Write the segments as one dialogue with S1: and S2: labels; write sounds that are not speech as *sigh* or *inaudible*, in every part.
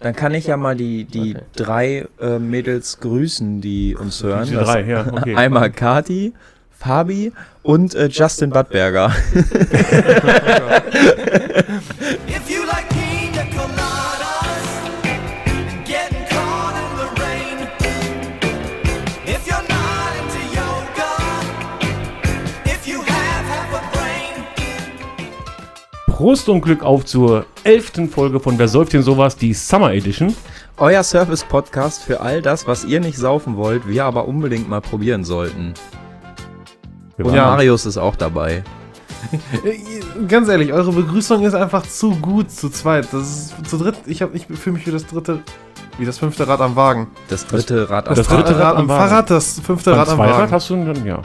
S1: Dann kann ich ja mal die, die
S2: Okay.
S1: drei äh, Mädels grüßen, die uns hören.
S3: Die
S1: Das-
S3: drei, ja, okay.
S1: Einmal Kati, Fabi und äh, Justin Badberger. *laughs*
S4: If you like pina coladas and getting caught in the rain, if you're not into yoga, if you have half a brain,
S3: Prost und Glück auf zur elften Folge von Wer säuft denn sowas? Die Summer Edition.
S1: Euer Service-Podcast für all das, was ihr nicht saufen wollt, wir aber unbedingt mal probieren sollten.
S3: Wir
S1: Und
S3: waren-
S1: Marius ist auch dabei.
S2: Äh, Ganz ehrlich, eure Begrüßung ist einfach zu gut zu zweit. Das ist zu dritt. Ich, hab- ich fühle mich wie das dritte, wie das fünfte Rad am Wagen.
S1: Das dritte Rad am
S3: das
S1: Fahrrad.
S3: dritte Rad am Wagen.
S2: Fahrrad, das fünfte
S3: beim
S2: Rad am
S3: Zweirad
S2: Wagen.
S3: hast du einen, ja.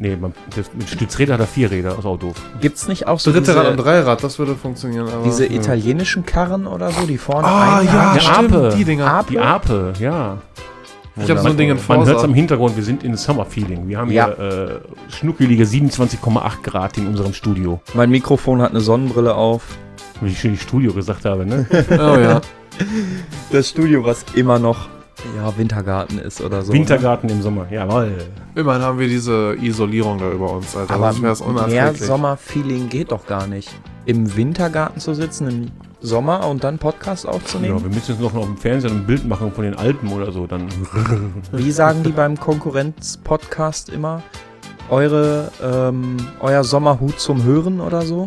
S3: Nee, man, das, mit Stützräder hat er vier Räder, ist auch doof.
S1: Gibt's nicht auch so
S2: Dritte
S1: diese,
S2: Rad am Dreirad, das würde funktionieren. Aber
S1: diese italienischen Karren oder so, die vorne
S2: ah, ja,
S3: Eine
S2: stimmt,
S3: Ape.
S2: die Dinger.
S1: Ape?
S3: Die Ape, ja.
S2: Ich habe so ein Ding in
S3: Man hört
S2: Forsa.
S3: es am Hintergrund, wir sind in Summer Feeling. Wir haben
S1: Ja.
S3: hier äh, schnuckelige 27,8 Grad in unserem Studio.
S1: Mein Mikrofon hat eine Sonnenbrille auf.
S3: Wie ich schon die Studio gesagt habe, ne? *laughs*
S2: Oh ja.
S1: Das Studio, was immer noch ja, Wintergarten ist oder so.
S3: Wintergarten im Sommer, jawoll.
S2: Immerhin haben wir diese Isolierung da über uns, Alter.
S1: Aber
S2: Sonst wär's
S1: mehr
S2: unerträglich.
S1: Sommerfeeling geht doch gar nicht. Im Wintergarten zu sitzen, im Sommer und dann Podcast
S3: Ja,
S1: aufzunehmen.
S3: wir müssen jetzt noch auf dem Fernseher ein Bild machen von den Alpen oder so. Dann
S1: Wie sagen die beim Konkurrenz-Podcast immer? Eure, ähm, euer Sommerhut zum Hören oder so?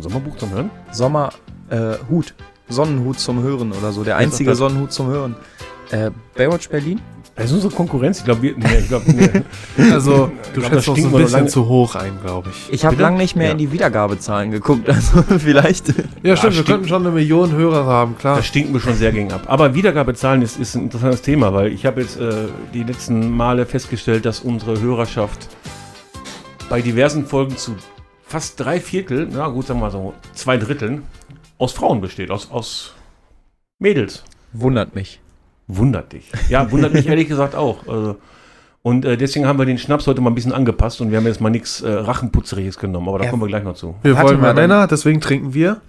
S3: Sommerbuch zum Hören?
S1: Sommerhut, äh, Hut. Sonnenhut zum Hören oder so. Der einzige
S3: das-
S1: Sonnenhut zum Hören. Äh, Baywatch Berlin?
S3: Das ist unsere Konkurrenz. Ich glaube, wir. Nee, ich glaub, *laughs* nee.
S2: Also, du
S3: glaub, das
S2: schätzt doch
S3: stinkt
S2: so
S3: mal
S2: ein
S3: so
S2: bisschen
S3: lange.
S2: zu hoch ein, glaube ich.
S1: Ich habe
S3: Bitte?
S1: lange nicht mehr
S3: Ja.
S1: in die Wiedergabezahlen geguckt, *laughs* also vielleicht.
S2: Ja, stimmt, wir
S3: Ah, stinkt-
S2: könnten schon eine Million Hörer haben, klar.
S1: Ah.
S3: Das stinkt mir schon sehr gegen ab. Aber Wiedergabezahlen ist, ist ein interessantes Thema, weil ich habe jetzt äh, die letzten Male festgestellt, dass unsere Hörerschaft bei diversen Folgen zu fast drei Viertel, na gut, sagen wir mal so zwei Dritteln, aus Frauen besteht, aus, aus Mädels.
S1: Wundert mich.
S3: Wundert dich. Ja,
S1: *laughs*
S3: wundert mich ehrlich gesagt auch. Also, und äh, deswegen haben wir den Schnaps heute mal ein bisschen angepasst und wir haben jetzt mal nichts äh, Rachenputzeriges genommen, aber da
S1: Ja.
S3: kommen wir gleich noch zu.
S2: Wir
S1: Warte
S2: wollen
S1: mal,
S2: mehr
S1: dann-
S2: Männer, deswegen trinken wir.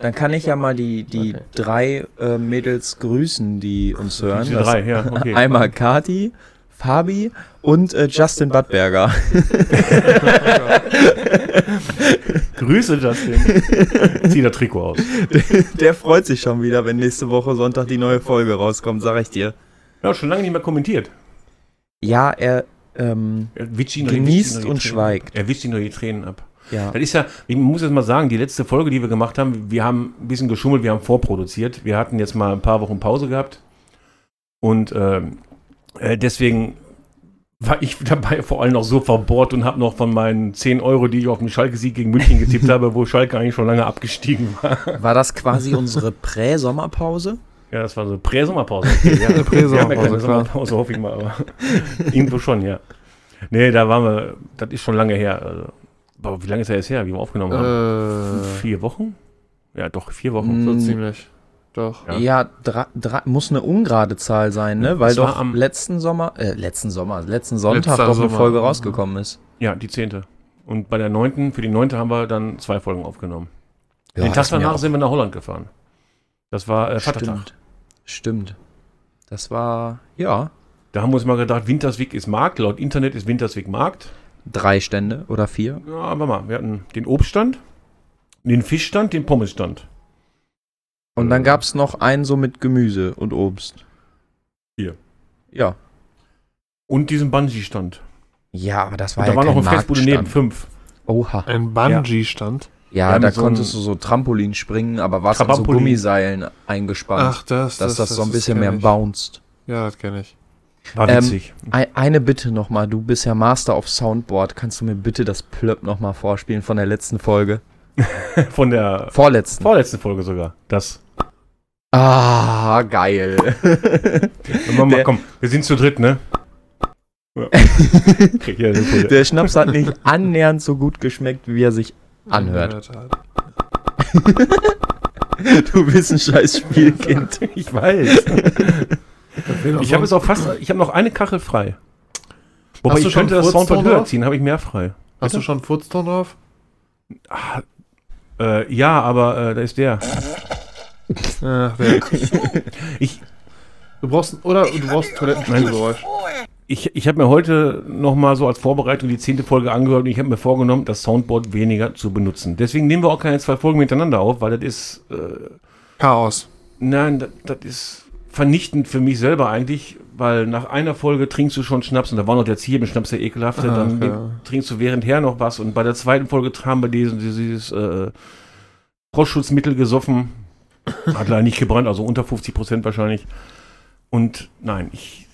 S1: Dann kann ich ja mal die, die drei äh, Mädels grüßen, die uns hören.
S3: Die
S1: Das-
S3: drei, ja, okay.
S1: *laughs* Einmal Kati, Fabi und äh, Justin Badberger. *laughs*
S3: Grüße, Justin.
S1: *laughs*
S3: Zieh das Trikot aus.
S1: Der freut sich schon wieder, wenn nächste Woche Sonntag die neue Folge rauskommt, sag ich dir.
S3: Ja, schon lange nicht mehr kommentiert.
S1: Ja, er, ähm,
S3: Er wischt ihn-
S1: Genießt
S3: wischt ihn nur die
S1: und
S3: Tränen.
S1: schweigt.
S3: Er wischt ihn nur die Tränen ab.
S1: ja.
S3: Das ist ja, ich muss jetzt mal sagen, die letzte Folge, die wir gemacht haben, wir haben ein bisschen geschummelt, wir haben vorproduziert. Wir hatten jetzt mal ein paar Wochen Pause gehabt. Und ähm, äh, deswegen war ich *laughs* dabei vor allem noch so verbohrt und habe noch von meinen 10 Euro, die ich auf den Schalke-Sieg gegen München getippt *laughs* habe, wo Schalke eigentlich schon lange abgestiegen war.
S1: War das quasi unsere *laughs* Prä-Sommerpause?
S3: Ja, das war so
S1: *laughs*
S3: Prä-Sommerpause. Okay, ja. Wir haben ja keine
S2: Prä-Sommerpause, klar.
S3: Sommerpause, hoffe ich mal, aber *laughs* irgendwo schon, ja. Nee, da waren wir, das ist schon lange her. Also, boah, wie lange ist er jetzt her, wie wir aufgenommen haben?
S2: Äh,
S3: Vier Wochen? Ja, doch, vier Wochen.
S2: so
S1: Mm,
S2: ziemlich. Doch.
S3: Ja.
S1: ja, drei, drei, muss eine ungerade Zahl sein, ne? Weil
S3: Das war
S1: doch
S3: am-
S1: am letzten Sommer, äh, letzten Sommer, letzten Sonntag
S2: Letzter
S1: doch eine
S2: Sommer.
S1: Folge rausgekommen ist.
S3: Ja, die zehnte. Und bei der neunten, für die neunte haben wir dann zwei Folgen aufgenommen.
S1: Ja,
S3: Den Tag
S1: ist mir
S3: danach
S1: auch-
S3: sind wir nach Holland gefahren. Das war äh, Vatertag.
S1: Stimmt. Stimmt. Das war, ja,
S3: Da haben wir uns mal gedacht, Winterswijk ist Markt. Laut Internet ist Winterswijk Markt.
S1: drei Stände oder vier.
S3: Ja, aber mal, wir hatten den Obststand, den Fischstand, den Pommesstand.
S1: Und dann gab es noch einen so mit Gemüse und Obst.
S3: Hier.
S1: Ja.
S3: Und diesen Bungee-Stand.
S1: Ja, aber das war
S3: Und
S1: ja
S3: da war noch
S1: kein
S3: ein Festbude neben
S1: Marktstand.
S3: fünf.
S1: Oha.
S2: Ein Bungee-Stand.
S1: Ja,
S3: Ja,
S1: da
S3: mit so
S1: konntest
S3: einem-
S1: du so Trampolin springen, aber warst an so
S3: Trampolin.
S1: Gummiseilen eingespannt,
S2: Ach, das,
S1: dass das, so ein bisschen
S2: kenn
S1: mehr
S2: ich.
S1: bounced.
S2: Ja, das kenne ich.
S3: War
S1: Ähm,
S3: witzig. *laughs*
S1: Ei- Eine Bitte nochmal, du bist ja Master auf Soundboard. Kannst du mir bitte das Plöpp nochmal vorspielen von der letzten Folge?
S3: Von der
S1: Vorletzten.
S3: vorletzten Folge sogar. Das.
S1: ah, geil.
S3: *laughs* Wenn wir mal,
S1: Der-
S3: komm, wir sind zu dritt, ne? *laughs* Ja. Krieg hier eine Pulle.
S1: Der Schnaps hat nicht annähernd so gut geschmeckt, wie er sich anhört.
S2: Hat.
S1: Du bist ein scheiß Spielkind.
S3: ich weiß. Ich habe
S2: es
S3: jetzt auch fast, ich habe noch eine Kachel frei. Wobei
S2: Hast du
S3: ich
S2: schon
S3: könnte das
S2: Furzton
S3: Soundboard höher
S2: drauf?
S3: ziehen, habe ich mehr frei.
S2: Hast du schon einen Furzton drauf?
S3: Äh, ja, aber äh, da ist der.
S2: Ach, der, *laughs*
S3: Ich,
S2: du brauchst, oder du brauchst Toilettengeräusch.
S3: ich, ich habe mir heute nochmal so als Vorbereitung die zehnte Folge angehört und ich habe mir vorgenommen, das Soundboard weniger zu benutzen. Deswegen nehmen wir auch keine zwei Folgen miteinander auf, weil das ist äh,
S2: Chaos.
S3: Nein, das, das ist vernichtend für mich selber eigentlich, weil nach einer Folge trinkst du schon Schnaps und da war noch der Ziebenschnaps der ekelhafte,
S2: Ach,
S3: dann
S2: ja.
S3: trinkst du währendher noch was und bei der zweiten Folge haben wir diesen, dieses äh, Frostschutzmittel gesoffen. Hat leider nicht gebrannt, also unter 50 Prozent wahrscheinlich. Und nein, ich.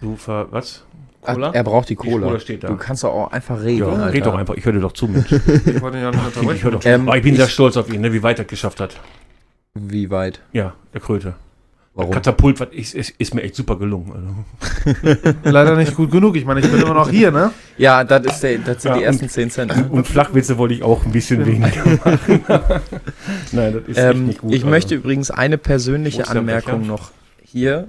S3: Du ver. Was? Cola?
S1: Äh,
S5: Er braucht die
S3: Die Cola
S5: Cola.
S3: steht da.
S5: Du kannst doch auch einfach reden.
S3: ja,
S5: Alter.
S3: red
S5: *laughs*
S3: doch einfach, ich höre dir doch zu, Mensch.
S2: Ich wollte ihn ja nicht
S3: Ich, hör
S2: unterbrechen.
S3: doch,
S5: Ähm,
S3: Aber ich bin sehr
S5: ich-
S3: stolz auf ihn, ne, wie weit er geschafft hat.
S5: Wie weit?
S3: Ja, der Kröte.
S5: Warum?
S3: Katapult was, ist, ist, ist mir echt super gelungen. Also.
S2: Leider nicht gut genug. Ich meine, ich bin immer noch hier, ne?
S5: Ja, das ist der- das sind
S3: Ja,
S5: die ersten 10 Cent.
S3: Und Flachwitze wollte ich auch ein bisschen weniger machen. Nein, das ist echt
S1: Ähm,
S3: nicht gut.
S1: ich
S3: also.
S1: möchte übrigens eine
S3: Wo
S1: persönliche
S3: ist der
S1: Anmerkung
S3: Becher?
S1: noch hier.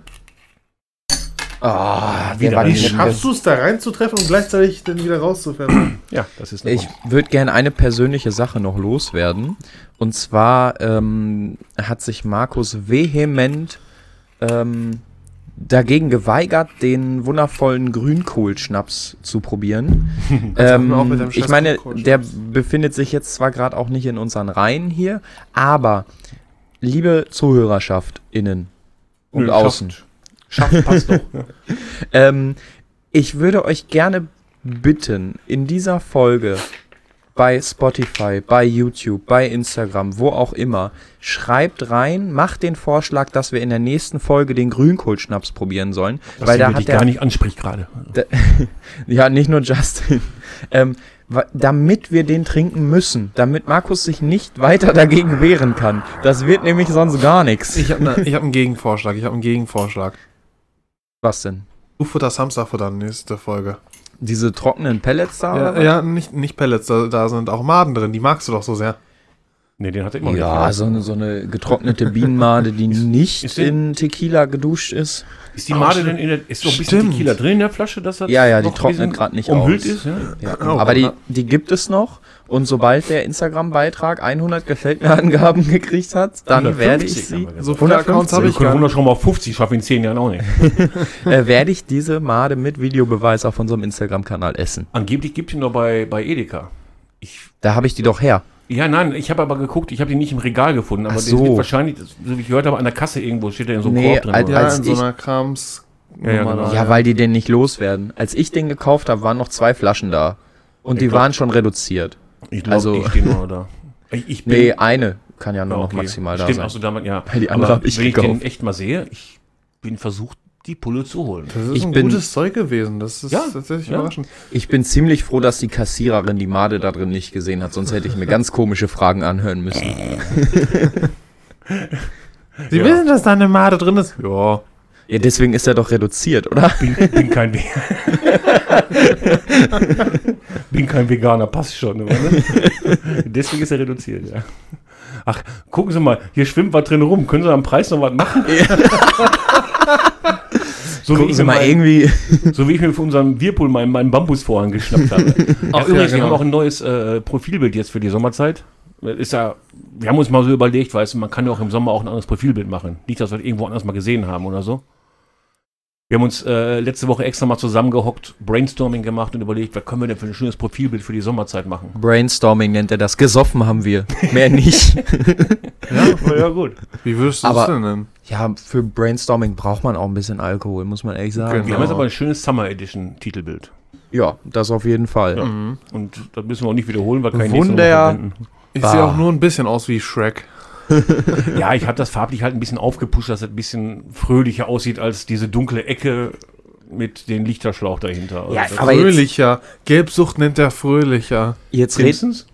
S5: Ah,
S3: Wieder
S5: der war
S3: nicht
S2: Wie
S5: nicht mehr.
S2: schaffst du es, da reinzutreffen und gleichzeitig dann wieder rauszufänden?
S3: Ja, das ist eine
S1: Ich würde gerne eine persönliche Sache noch loswerden. Und zwar ähm, hat sich Markus vehement ähm, dagegen geweigert, den wundervollen Grünkohlschnaps zu
S3: *laughs*
S1: probieren.
S2: wir auch
S1: ähm,
S2: mit dem scheiß
S1: ich meine,
S2: Grünkohlschnaps.
S1: der befindet sich jetzt zwar gerade auch nicht in unseren Reihen hier, aber liebe Zuhörerschaft innen und
S3: Nö, schafft-
S1: außen.
S3: Schafft passt doch. Ja.
S1: *laughs* Ähm, ich würde euch gerne bitten, in dieser Folge bei Spotify, bei YouTube, bei Instagram, wo auch immer, schreibt rein, macht den Vorschlag, dass wir in der nächsten Folge den Grünkohlschnaps probieren sollen, weil da
S3: will
S1: hat
S3: ich gar
S1: der
S3: nicht anspricht gerade.
S1: ja nicht nur Justin, *laughs* ähm, wa- damit wir den trinken müssen, damit Markus sich nicht weiter dagegen wehren kann. Das wird nämlich sonst gar nichts.
S2: Ich habe ne, ich hab einen Gegenvorschlag. Ich habe einen Gegenvorschlag.
S1: Was denn?
S2: Du futterst Hamsterfutter in der nächsten Folge.
S1: Diese trockenen Pellets da? oder
S2: Ja,
S1: was?
S2: ja nicht, nicht Pellets, da, da sind auch Maden drin. Die magst du doch so sehr.
S3: Nee, den hat er immer
S1: Ja, also-
S3: nicht.
S1: so eine, so eine getrocknete Bienenmade, die nicht
S3: ist die-
S1: in Tequila geduscht ist.
S3: Ist die Made denn in der. Ist doch ein bisschen
S2: Stimmt.
S3: Tequila drin in der Flasche, dass das
S1: Ja, ja, die
S3: noch ein
S1: trocknet
S3: bisschen
S1: grad nicht
S3: umhüllt
S1: aus.
S3: ist, ja? genau.
S2: Oh,
S1: Aber die,
S2: ja.
S1: die gibt es noch. Und sobald der Instagram-Beitrag 100 gefällt mir Angaben *laughs* gekriegt hat, dann werde ich,
S3: 150
S1: sie,
S3: haben wir
S2: So
S3: gesagt.
S2: viele Accounts habe
S3: Wir
S2: ich
S3: können
S2: gar nicht.
S3: 100 schon mal auf 50, schaffe ich in 10 Jahren auch nicht.
S1: äh, werde ich diese Made mit Videobeweis auf unserem Instagram-Kanal essen.
S3: Angeblich gibt es ihn doch bei, bei Edeka. Ich
S1: Da habe ich die doch her.
S3: Ja, nein, ich habe aber geguckt, ich habe die nicht im Regal gefunden, aber
S1: Ach
S3: der
S1: so.
S3: liegt wahrscheinlich, so wie ich gehört habe, an der Kasse irgendwo, steht der in so einem
S1: Nee,
S3: Korb drin.
S1: Alter.
S3: oder?
S2: Ja,
S1: als
S2: in so
S1: ich-
S2: einer Krams.
S3: Ja, ja, genau. Ah,
S1: ja, weil die den nicht loswerden. Als ich den gekauft habe, waren noch zwei Flaschen da. Und die
S3: glaub-
S1: waren schon reduziert.
S3: ich glaube,
S1: also-
S3: ich stehe nur da. Ich, ich bin
S1: Nee, eine kann ja nur
S3: Ja,
S1: noch maximal da
S3: Stimmt,
S1: sein.
S3: also damit, ja.
S1: Weil die andere
S3: aber
S1: hab ich
S3: wenn ich den
S1: gekauft.
S3: echt mal sehe, ich bin versucht, die Pulle zu holen.
S2: Das ist
S1: Ich
S2: ein
S1: bin-
S2: gutes Zeug gewesen. Das ist
S3: Ja,
S2: tatsächlich
S3: ja.
S2: überraschend.
S1: Ich bin ziemlich froh, dass die Kassiererin die Made da drin nicht gesehen hat, sonst hätte
S3: *laughs*
S1: ich mir ganz komische Fragen anhören
S3: Äh.
S1: müssen.
S2: Sie
S3: Ja.
S2: wissen, dass da eine Made drin ist. Ja.
S1: Ja, deswegen ist er doch reduziert, oder?
S3: Bin, bin *laughs* kein Ve- Bin kein Veganer, passt schon. Aber, ne? *laughs* Deswegen ist er reduziert, ja. Ach, gucken Sie mal, hier schwimmt was drin rum. Können Sie am Preis noch was machen? *laughs* so, wie
S1: Gucken
S3: ich
S1: Sie
S3: mir
S1: mal
S3: mein-
S1: irgendwie.
S3: so wie ich mir von unserem Wirpool meinen, meinen Bambusvorhang geschnappt habe. Ach, übrigens, wir
S2: genau.
S3: haben auch ein neues äh, Profilbild jetzt für die Sommerzeit. Ist ja, wir haben uns mal so überlegt, weißt du, man kann ja auch im Sommer auch ein anderes Profilbild machen. Nicht, dass wir das irgendwo anders mal gesehen haben oder so. Wir haben uns äh, letzte Woche extra mal zusammengehockt, Brainstorming gemacht und überlegt, was können wir denn für ein schönes Profilbild für die Sommerzeit machen.
S1: Brainstorming nennt er das. Gesoffen haben wir. Mehr nicht.
S3: Ja, ja gut.
S2: Wie würdest du
S1: Aber-
S2: das denn nennen?
S1: Ja, für Brainstorming braucht man auch ein bisschen Alkohol, muss man ehrlich sagen.
S3: Wir
S2: Genau.
S3: haben jetzt aber ein schönes Summer Edition Titelbild.
S1: Ja, das auf jeden Fall.
S3: Ja. Und das müssen wir auch nicht wiederholen, weil kein
S1: Wunder.
S2: Ich
S1: Bah.
S2: sehe auch nur ein bisschen aus wie Shrek.
S3: Ja, ich habe das farblich halt ein bisschen aufgepusht, dass es ein bisschen fröhlicher aussieht als diese dunkle Ecke mit dem Lichterschlauch dahinter. Also
S1: Ja,
S3: das-
S1: Aber jetzt-
S2: fröhlicher. Gelbsucht nennt er fröhlicher.
S1: Jetzt, red,
S3: Simpsons?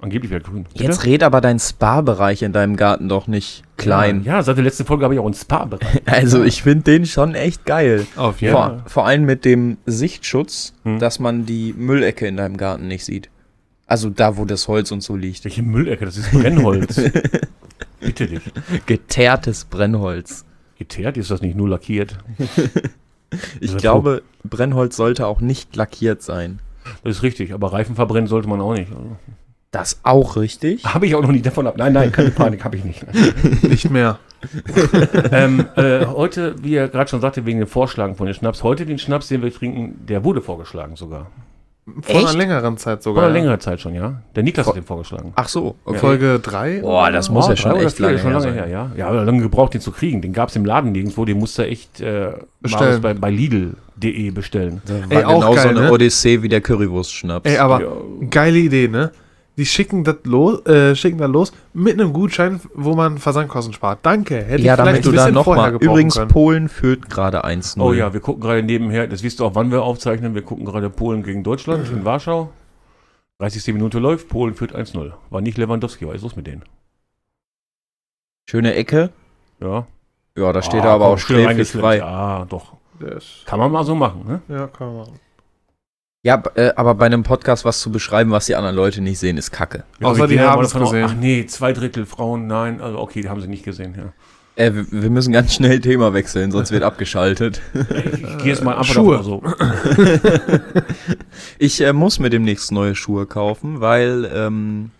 S3: Angeblich wäre grün. Bitte?
S1: jetzt red aber dein Spa-Bereich in deinem Garten doch nicht klein.
S3: Ja, seit der letzten Folge habe ich auch einen Spa bereit.
S1: *laughs* Also, ich finde den schon echt geil.
S2: *laughs* Auf jeden Fall.
S1: Vor, vor allem mit dem Sichtschutz, dass man die Müllecke in deinem Garten nicht sieht. Also da, wo das Holz und so
S3: *laughs*
S1: liegt.
S3: Welche Müllecke, das ist Brennholz. Bitte dich.
S1: Geteertes Brennholz.
S3: Geteert ist das nicht, nur lackiert.
S1: Ich
S3: Also,
S1: glaube, Brennholz sollte auch nicht lackiert sein.
S3: Das ist richtig, aber Reifen verbrennen sollte man auch nicht. Also.
S1: Das auch richtig.
S3: Habe ich auch noch nie davon ab. Nein, nein, keine Panik, habe ich nicht.
S1: *laughs*
S2: Nicht mehr.
S3: ähm, äh, heute, wie er gerade schon sagte, wegen den Vorschlagen von den Schnaps, heute den Schnaps, den wir trinken, der wurde vorgeschlagen sogar.
S2: Vor einer längeren Zeit
S3: Vor
S2: sogar.
S3: einer
S2: ja.
S3: längeren Zeit schon, ja. Der Niklas hat den vorgeschlagen.
S1: Ach so, okay.
S2: Folge 3?
S1: Boah, das muss
S3: Oh,
S1: ja
S3: drei
S1: schon
S3: oder
S1: echt
S3: vier,
S1: lange,
S3: schon
S1: her
S3: lange her,
S1: sein.
S3: ja. Ja, aber lange gebraucht, den zu kriegen. Den gab es im Laden nirgendwo, den musste er echt äh,
S2: Bestellen.
S3: Marius bei, bei Lidl.de bestellen.
S2: Ey,
S1: War
S2: auch
S1: genau so
S2: geil,
S1: eine
S2: ne?
S1: Odyssee wie der Currywurst-Schnaps.
S2: Ey, aber
S3: Ja.
S2: geile Idee, ne? Die schicken das los, äh, schicken das los mit einem Gutschein, wo man Versandkosten spart. Danke. Hätte
S1: ja,
S2: ich
S1: damit
S2: vielleicht
S1: du
S2: ein
S1: da
S2: bisschen vorher
S1: nochmal.
S2: gebrauchen
S1: Übrigens,
S2: können.
S1: Polen führt gerade 1-0.
S3: Oh ja, wir gucken gerade nebenher, das wisst ihr auch, wann wir aufzeichnen. Wir gucken gerade Polen gegen Deutschland in Warschau. 30. Minute läuft, Polen führt 1-0. War nicht Lewandowski, was ist los mit denen?
S1: Schöne Ecke.
S3: Ja.
S1: Ja, da steht
S3: Ah,
S1: er aber
S3: komm,
S1: auch
S3: schön
S1: sträflich
S3: reingeschleppt.
S1: frei.
S3: Ja, doch.
S2: Das-
S3: Kann man mal so machen, ne?
S2: Ja, kann man.
S1: Ja, b- äh, aber bei einem Podcast was zu beschreiben, was die anderen Leute nicht sehen, ist Kacke.
S2: Außer die
S3: Original
S2: haben
S3: war
S2: es
S3: davon auch-
S2: gesehen.
S3: Ach nee, zwei Drittel Frauen, nein. Also okay, die haben sie nicht gesehen, ja.
S1: Äh, w- wir müssen ganz schnell Thema wechseln, sonst wird abgeschaltet.
S3: Ich gehe jetzt mal einfach
S2: Schuhe.
S3: davon so.
S1: *laughs* Ich äh, muss mir demnächst neue Schuhe kaufen, weil ähm,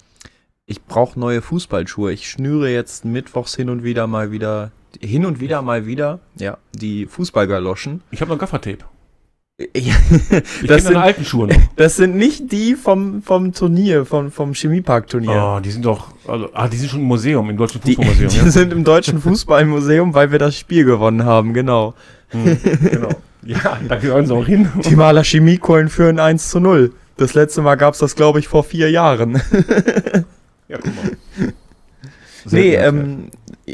S1: ich brauche neue Fußballschuhe. Ich schnüre jetzt mittwochs hin und wieder mal wieder, hin und wieder mal wieder, ja, die Fußballgaloschen. Äh,
S3: Ich habe noch Gaffertape.
S1: Ja,
S3: Ich kenne
S1: Das
S3: meine
S1: sind-
S3: alten Schuhe noch.
S1: das sind nicht die vom, vom Turnier, vom, vom Chemiepark-Turnier.
S3: Oh, die sind doch, also, ah, die sind schon im Museum, im Deutschen
S1: Die,
S3: Fußballmuseum.
S1: *laughs* die sind im Deutschen Fußballmuseum, weil wir das Spiel gewonnen haben, genau.
S3: genau. *laughs* Ja, da gehören sie auch hin.
S1: Die Maler Chemiekeulen führen 1 zu 0. Das letzte Mal gab es das, glaube ich, vor vier Jahren.
S3: Ja, guck mal.
S1: nee,
S3: Seltener Fall.
S1: ähm,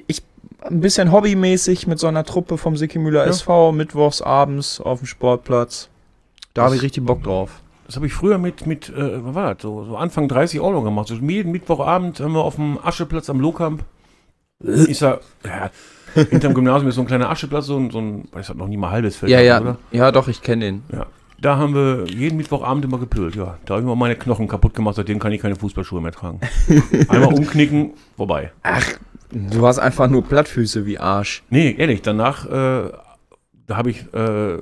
S1: ich ein bisschen hobbymäßig mit so einer Truppe vom Sickimüller SV, mittwochs abends auf dem Sportplatz. Da habe ich richtig Bock drauf.
S3: Das habe ich früher mit, mit äh, was war das? So, so Anfang 30 auch noch gemacht. So jeden Mittwochabend haben wir auf dem Ascheplatz am Lohkamp. Ich sag, ja, hinterm Gymnasium ist so ein kleiner Ascheplatz, so ein, so ein ich sag noch nie mal halbes Feld, oder?
S1: ja, doch, ich kenne den.
S3: Ja. Da haben wir jeden Mittwochabend immer gepölt, ja. Da habe ich mal meine Knochen kaputt gemacht, seitdem kann ich keine Fußballschuhe
S1: *laughs*
S3: mehr tragen. Einmal umknicken, vorbei.
S1: Du hast einfach nur Plattfüße wie Arsch.
S3: Nee, ehrlich, danach äh, da habe ich, äh,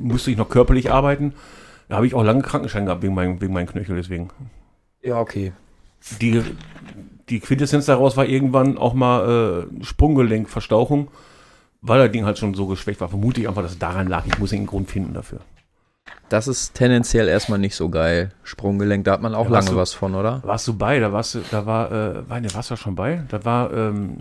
S3: musste ich noch körperlich arbeiten. Da habe ich auch lange Krankenschein gehabt wegen meinem, wegen meinem Knöchel, deswegen.
S1: Ja, okay.
S3: die, die Quintessenz daraus war irgendwann auch mal äh, Sprunggelenkverstauchung, weil das Ding halt schon so geschwächt war. Vermute ich einfach, dass es daran lag. Ich muss irgendeinen Grund finden dafür.
S1: Das ist tendenziell erstmal nicht so geil. Sprunggelenk, da hat man auch
S3: Ja, hast
S1: lange
S3: du-
S1: was von, oder?
S3: Warst du bei? Da warst du, da war, äh, war, ne, warst du schon bei? Da war, ähm,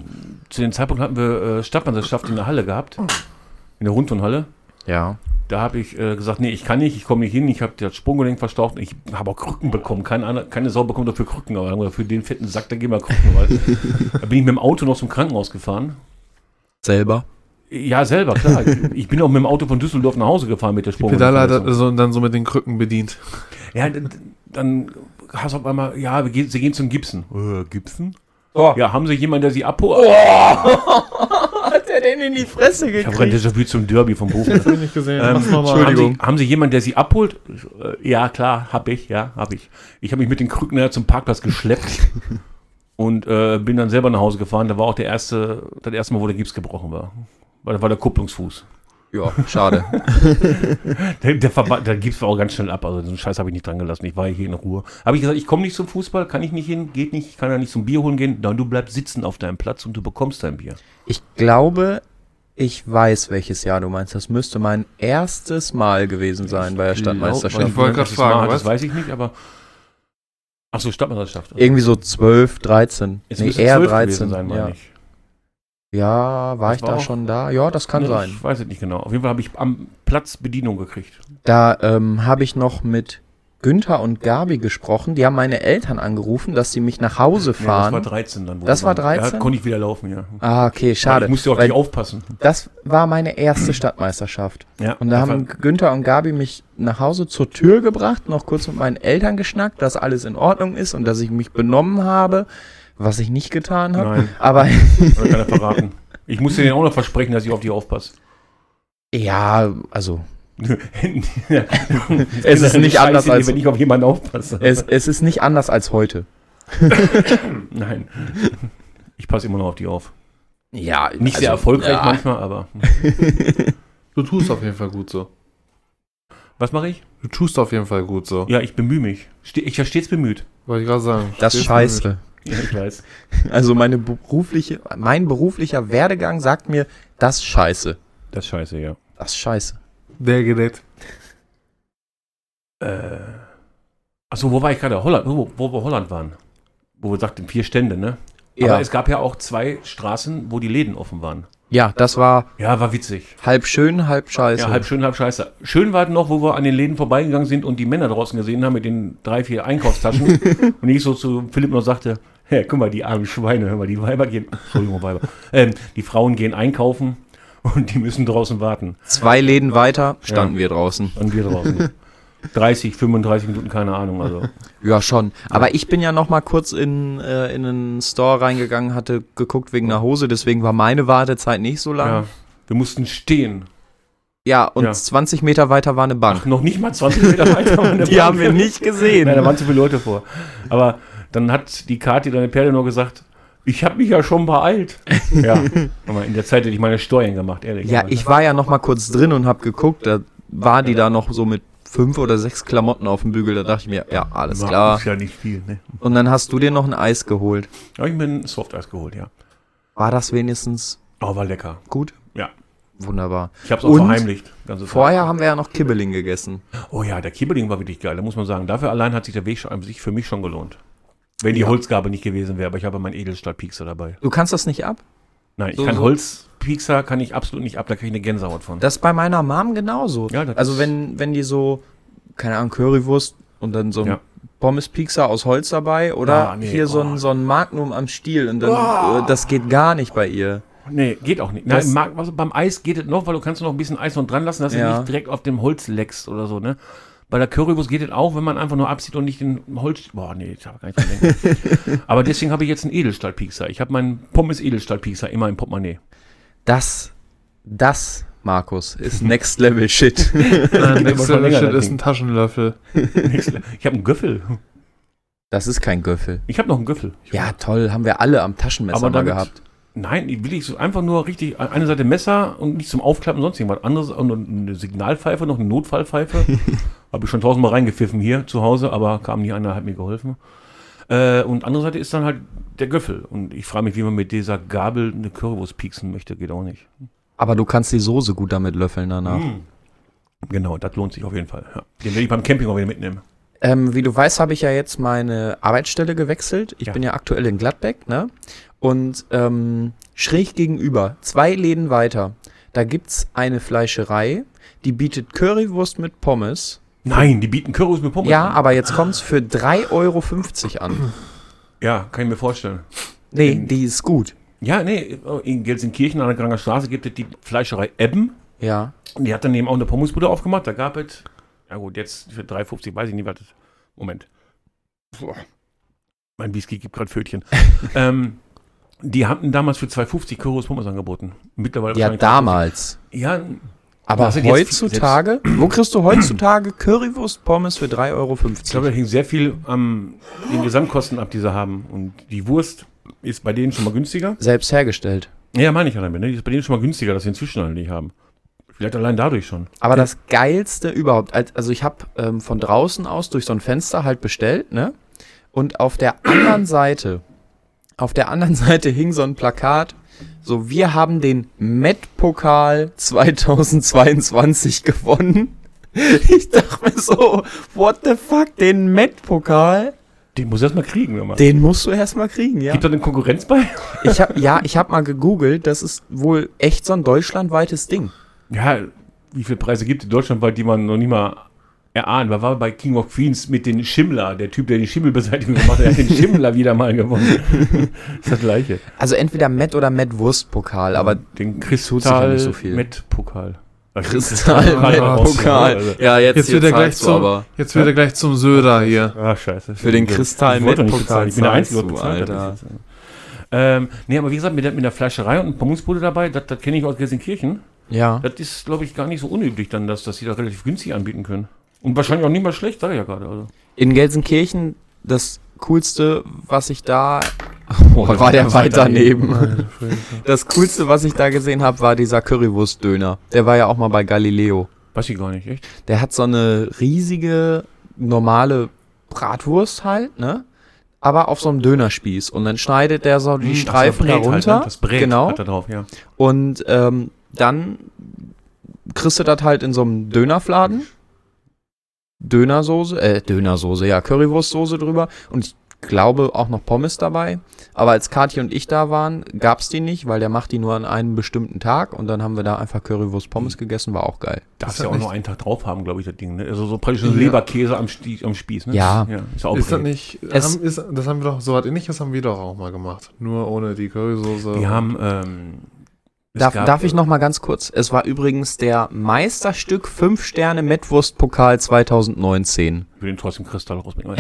S3: zu dem Zeitpunkt hatten wir äh, Stadtmeisterschaft in der Halle gehabt. In der Rundturnhalle.
S1: Ja.
S3: Da habe ich äh, gesagt, nee, ich kann nicht, ich komme nicht hin, ich habe das Sprunggelenk verstaucht, ich habe auch Krücken bekommen. Keine, andere- keine Sau bekommt dafür Krücken, aber haben wir für den fetten Sack, da gehen wir Krücken. Weil, da bin ich mit dem Auto noch zum Krankenhaus gefahren.
S1: Selber.
S3: Ja, selber, klar. Ich bin auch mit dem Auto von Düsseldorf nach Hause gefahren mit der Sprung.
S2: Pedale hat er so, dann so mit den Krücken bedient.
S3: Ja, d- d- dann hast du auf einmal, ja, wir gehen, sie gehen zum Gibson. Äh, Gibson?
S1: Oh.
S3: Ja, haben sie jemanden, der sie abholt? Oh,
S1: Hat er den in die Fresse
S3: ich habe gerade Déjà-vu zum Derby vom Bochum.
S2: *laughs* Hab ich nicht gesehen.
S3: Ähm,
S2: Lass mal mal.
S3: Haben sie, haben sie jemanden, der sie abholt? Ich, äh, Ja, klar, hab ich, ja, hab ich. Ich habe mich mit den Krücken nachher zum Parkplatz
S2: *laughs*
S3: geschleppt und äh, bin dann selber nach Hause gefahren. Da war auch der erste, das erste Mal, wo der Gips gebrochen war. Weil da war der Kupplungsfuß.
S1: Ja, schade.
S3: Der, der, Verba- der Gips war auch ganz schnell ab. Also so einen Scheiß habe ich nicht dran gelassen. Ich war hier in Ruhe. Habe ich gesagt, ich komme nicht zum Fußball, kann ich nicht hin, geht nicht, ich kann ja nicht zum Bier holen gehen. Nein, du bleibst sitzen auf deinem Platz und du bekommst dein Bier.
S1: *laughs* Ich glaube, ich weiß, welches Jahr du meinst. Das müsste mein erstes Mal gewesen sein bei der
S2: glaub,
S1: Stadtmeisterschaft.
S2: ne? Ich wollte gerade
S3: Das
S2: fragen,
S3: war- Das
S2: was?
S3: weiß ich nicht, aber. Ach so, Stadtmeisterschaft.
S1: Irgendwie so 12, 13.
S3: Es
S1: nee,
S3: müsste
S1: eher
S3: 12
S1: 13.
S3: gewesen Sein, meine
S1: ja.
S3: ich.
S1: ja, war
S3: Das
S1: ich
S3: war
S1: da
S3: auch-
S1: schon da? Ja, das kann
S3: Nee,
S1: sein.
S3: Ich weiß es nicht genau. Auf jeden Fall habe ich am Platz Bedienung gekriegt.
S1: Da ähm, habe ich noch mit Günther und Gabi gesprochen. Die haben meine Eltern angerufen, dass sie mich nach Hause
S3: Nee, das war
S1: fahren.
S3: 13 dann. wo
S1: Das
S3: wir
S1: war
S3: waren.
S1: 13?
S3: Ja, konnte ich wieder laufen, ja.
S1: ah, okay,
S3: Ich
S1: schade.
S3: musste auch
S1: Weil-
S3: nicht aufpassen.
S1: Das war meine erste Stadtmeisterschaft.
S3: Ja,
S1: Und da haben Günther und Gabi mich nach Hause zur Tür gebracht, noch kurz mit meinen Eltern geschnackt, dass alles in Ordnung ist und dass ich mich benommen habe, was ich nicht getan habe.
S3: Nein,
S1: Aber *laughs*
S3: kann keiner verraten. Ich musste denen auch noch versprechen, dass ich auf
S1: *laughs*
S3: die aufpasse.
S1: ja, also
S3: es
S1: ist nicht anders als-
S3: wenn ich auf jemanden aufpasse.
S1: es, es ist nicht anders als heute.
S3: Nein. Ich passe immer noch auf die auf.
S1: Also, Ja,
S3: Nicht sehr erfolgreich
S1: ja.
S3: manchmal, aber
S2: Du tust auf jeden Fall gut so.
S3: Was mache ich?
S2: Du tust auf jeden Fall gut so.
S3: Ja, ich bemühe mich. Ste ich war stets bemüht.
S2: Wollte ich gerade sagen.
S1: *laughs* Das ist
S2: Stehst du
S1: scheiße.
S2: mit?
S3: Ja, ich weiß.
S1: Also meine berufliche, mein beruflicher Werdegang sagt mir, das ist scheiße.
S3: Das ist scheiße, ja.
S1: Das ist scheiße.
S2: Der geht.
S3: Äh, achso, wo war ich gerade? Holland, wo, wo wir Holland waren. Wo wir sagten, vier Stände, ne? Aber
S1: Ja,
S3: es gab ja auch zwei Straßen, wo die Läden offen waren.
S1: ja, das war
S3: Ja, war witzig.
S1: halb schön, halb scheiße.
S3: Ja, halb schön, halb scheiße. Schön war es noch, wo wir an den Läden vorbeigegangen sind und die Männer draußen gesehen haben mit den drei, vier Einkaufstaschen. und ich so zu Philipp noch sagte, ja, guck mal, die armen Schweine, hör mal, die Weiber gehen, *laughs* Entschuldigung, Weiber, ähm, die Frauen gehen einkaufen und die müssen draußen warten.
S1: Zwei Läden weiter standen wir draußen.
S3: Und wir draußen. 30, 35 Minuten, keine Ahnung. Also.
S1: Ja, schon. Aber ich bin ja noch mal kurz in, äh, in einen Store reingegangen, hatte geguckt wegen einer Hose, deswegen war meine Wartezeit nicht so lang.
S3: Ja, wir mussten stehen.
S1: Ja, und
S3: Ja.
S1: 20 Meter weiter war eine Bank.
S3: Noch nicht mal 20 Meter weiter. war eine
S1: Die
S3: Bank.
S1: haben wir nicht
S3: Nein, da
S1: gesehen.
S3: waren zu viele Leute vor. Aber dann hat die Kathi, deine Perle, noch gesagt, ich habe mich ja schon beeilt. Ja, aber in der Zeit hätte ich meine Steuern gemacht, ehrlich.
S1: Ja, ich war ja noch mal kurz drin und hab geguckt, da war die da noch so mit fünf oder sechs Klamotten auf dem Bügel. Da dachte ich mir, ja, alles klar.
S3: Ist ja nicht viel, ne?
S1: Und dann hast du dir noch ein Eis geholt.
S3: Da habe ich mir ein Softeis geholt, ja.
S1: War das wenigstens
S3: Aber war lecker.
S1: gut?
S3: Ja.
S1: Wunderbar.
S3: Ich habe es auch
S1: Und
S3: verheimlicht. ganze Zeit.
S1: Vorher haben wir ja noch Kibbeling gegessen.
S3: Oh ja, der Kibbeling war wirklich geil, da muss man sagen. Dafür allein hat sich der Weg schon, an sich für mich schon gelohnt. Wenn die Holzgabe nicht gewesen wäre, aber ich habe meinen Edelstahlpiekser dabei.
S1: Du kannst das nicht ab?
S3: Nein,
S1: So,
S3: ich kann
S1: so.
S3: Holzpiekser kann ich absolut nicht ab, da kriege ich eine Gänsehaut von.
S1: Das ist bei meiner Mom genauso.
S3: Ja, das
S1: also
S3: ist-
S1: wenn, wenn die so, keine Ahnung, Currywurst und dann so ein
S3: Ja.
S1: Pommes-Pizza aus Holz dabei oder
S3: Ah, nee,
S1: hier so,
S3: oh.
S1: ein, so ein Magnum am Stiel und dann, äh, das geht gar nicht bei ihr.
S3: Nee, geht auch nicht.
S1: Das-
S3: Nein, mag, also beim Eis geht es noch, weil du kannst noch ein bisschen Eis noch dran lassen, dass du
S1: Ja.
S3: nicht direkt auf dem Holz leckst oder so, ne? Bei der Currywurst geht es auch, wenn man einfach nur abzieht und nicht den Holz. Boah, nee, ich hab gar nicht dran
S1: *laughs*
S3: denken. Aber deswegen habe ich jetzt einen Edelstahlpiekser. Ich habe meinen Pommes Edelstahlpiekser immer im Portemonnaie.
S1: Das, das, Markus, ist Next Level
S3: *laughs*
S1: Shit.
S2: Nein,
S3: aber schon länger, das
S2: ist
S3: Ding.
S2: ein Taschenlöffel.
S3: Ich habe einen Göffel.
S1: Das ist kein Göffel.
S3: Ich habe noch einen Göffel. Ich
S1: Ja, toll, haben wir alle am Taschenmesser
S3: Aber
S1: mal
S3: damit-
S1: gehabt.
S3: Nein, die will ich so einfach nur richtig, eine Seite Messer und nicht zum Aufklappen, sonst irgendwas anderes, und eine Signalpfeife, noch eine Notfallpfeife.
S1: *laughs*
S3: Habe ich schon tausendmal reingepfiffen hier zu Hause, aber kam nie einer, hat mir geholfen. Äh, und andere Seite ist dann halt der Göffel. Und ich frage mich, wie man mit dieser Gabel eine Currywurst pieksen möchte, geht auch nicht.
S1: Aber du kannst die Soße gut damit löffeln danach.
S3: Mhm. Genau, das lohnt sich auf jeden Fall. Ja. Den werde ich beim Camping auch wieder mitnehmen.
S1: Ähm, wie du weißt, habe ich ja jetzt meine Arbeitsstelle gewechselt. Ich
S3: Ja.
S1: bin ja aktuell in Gladbeck, ne? Und ähm, schräg gegenüber, zwei Läden weiter, da gibt's eine Fleischerei, die bietet Currywurst mit Pommes.
S3: Nein, die bieten Currywurst mit Pommes.
S1: Ja,
S3: an.
S1: aber jetzt kommt's für 3,50 Euro
S3: *clears throat*
S1: an.
S3: ja, kann ich mir vorstellen.
S1: Nee, die ist gut.
S3: Ja, nee, in Gelsenkirchen an der Granger Straße gibt es die Fleischerei Ebben.
S1: Ja.
S3: Und Die hat dann eben auch eine Pommesbude aufgemacht. Da gab es, ja gut, jetzt für 3,50 weiß ich nicht, was das Moment. Boah. Mein Whisky gibt
S1: *laughs*
S3: gerade Fötchen. ähm, die hatten damals für 2,50 Kuros Pommes angeboten. Mittlerweile
S1: Ja,
S3: wahrscheinlich-
S1: damals.
S3: Ja,
S1: Aber
S3: Das sind jetzt
S1: heutzutage, wo kriegst du heutzutage Currywurst Pommes für 3,50 Euro?
S3: ich glaube, da hing sehr viel am den Gesamtkosten ab, die sie haben. Und die Wurst ist bei denen schon mal günstiger.
S1: Selbst hergestellt.
S3: Ja, meine ich ja damit. Ne? Die ist bei denen schon mal günstiger, dass sie inzwischen alle nicht haben. Vielleicht allein dadurch schon.
S1: Aber das Geilste überhaupt, als- also ich habe ähm, von draußen aus durch so ein Fenster halt bestellt, ne? Und auf der anderen Seite, auf der anderen *laughs* Seite hing so ein Plakat, so wir haben den Met-Pokal 2022 *laughs* gewonnen. Ich dachte mir so, what the fuck, den Met-Pokal,
S3: Den muss erst mal kriegen, wenn man.
S1: den musst du erstmal kriegen, ja.
S3: Gibt da eine Konkurrenz bei?
S1: Ich hab, ja, ich habe mal gegoogelt, das ist wohl echt so ein deutschlandweites Ding.
S3: Ja, wie viele Preise gibt es in Deutschland, weil die man noch nicht mal erahnt. Man war bei King of Queens mit den Schimmler, der Typ, der die Schimmelbeseitigung gemacht hat, der hat den Schimmler wieder mal gewonnen. ist das gleiche.
S1: Also entweder Met oder Met-Wurst-Pokal, aber
S3: Den
S1: tut sich ja
S3: Kristall
S1: nicht so viel.
S3: Met Pokal. Also,
S1: Kristall-Met-Pokal. halt Ja, jetzt,
S2: Jetzt wird
S1: hier
S2: er gleich
S1: zahlst du
S2: zum,
S1: aber
S2: jetzt wird er gleich zum Söder hier.
S3: Ah, scheiße.
S1: für den
S3: Ich wollte doch nicht
S1: Kristall-Met-Pokal.
S3: bezahlen. Ich bin der Einzige, der
S1: zahlst du,
S3: bezahlt hat. Das ist jetzt- Ähm, nee, aber wie gesagt, mit der, mit der Fleischerei und einem Pommesbude dabei, das, das kenne ich aus Gelsenkirchen.
S1: Ja.
S3: Das ist, glaube ich, gar nicht so unüblich dann, dass, dass die da relativ günstig anbieten können. Und wahrscheinlich auch nicht mal schlecht, sag ich ja gerade. Also.
S1: In Gelsenkirchen, das Coolste, was ich da. *laughs* Boah, war der weit *laughs* daneben. Das Coolste, was ich da gesehen habe, war dieser Currywurst-Döner. Der war ja auch mal bei Galileo.
S3: Weiß ich gar nicht, echt?
S1: Der hat so eine riesige, normale Bratwurst halt, ne? Aber auf so einem Dönerspieß. Und dann schneidet der so die
S3: Hm,
S1: Streifen
S3: ach so, Brät halt,
S1: darunter.
S3: ne? Das Brät
S1: genau.
S3: hat er drauf, ja.
S1: Und ähm, dann kriegst du das halt in so einem Dönerfladen. Dönersoße, äh, Dönersoße, ja, Currywurstsoße drüber. Und ich glaube auch noch Pommes dabei. Aber als Kathi und ich da waren, gab's die nicht, weil der macht die nur an einem bestimmten Tag. Und dann haben wir da einfach Currywurst-Pommes gegessen, war auch geil.
S3: Darfst
S2: das
S3: ja auch
S2: nicht-
S3: nur einen Tag drauf haben, glaube ich, das Ding. Ne? Also so praktisch so
S2: Ja.
S3: Leberkäse am, Stie- am Spieß. Ne?
S1: Ja.
S3: Ist auch
S2: Ist das
S3: Brät.
S2: nicht.
S1: Es-
S2: haben, ist, das haben wir doch, so hat ähnliches haben wir doch auch mal gemacht. Nur ohne die Currysoße.
S3: Wir haben. Ähm, es
S1: Darf,
S3: gab- äh,
S1: darf ich noch mal ganz kurz? Es war übrigens der Meisterstück 5 Sterne Mettwurst-Pokal 2019.
S3: Ich will den trotzdem Kristall
S2: *laughs*
S3: rausbringen.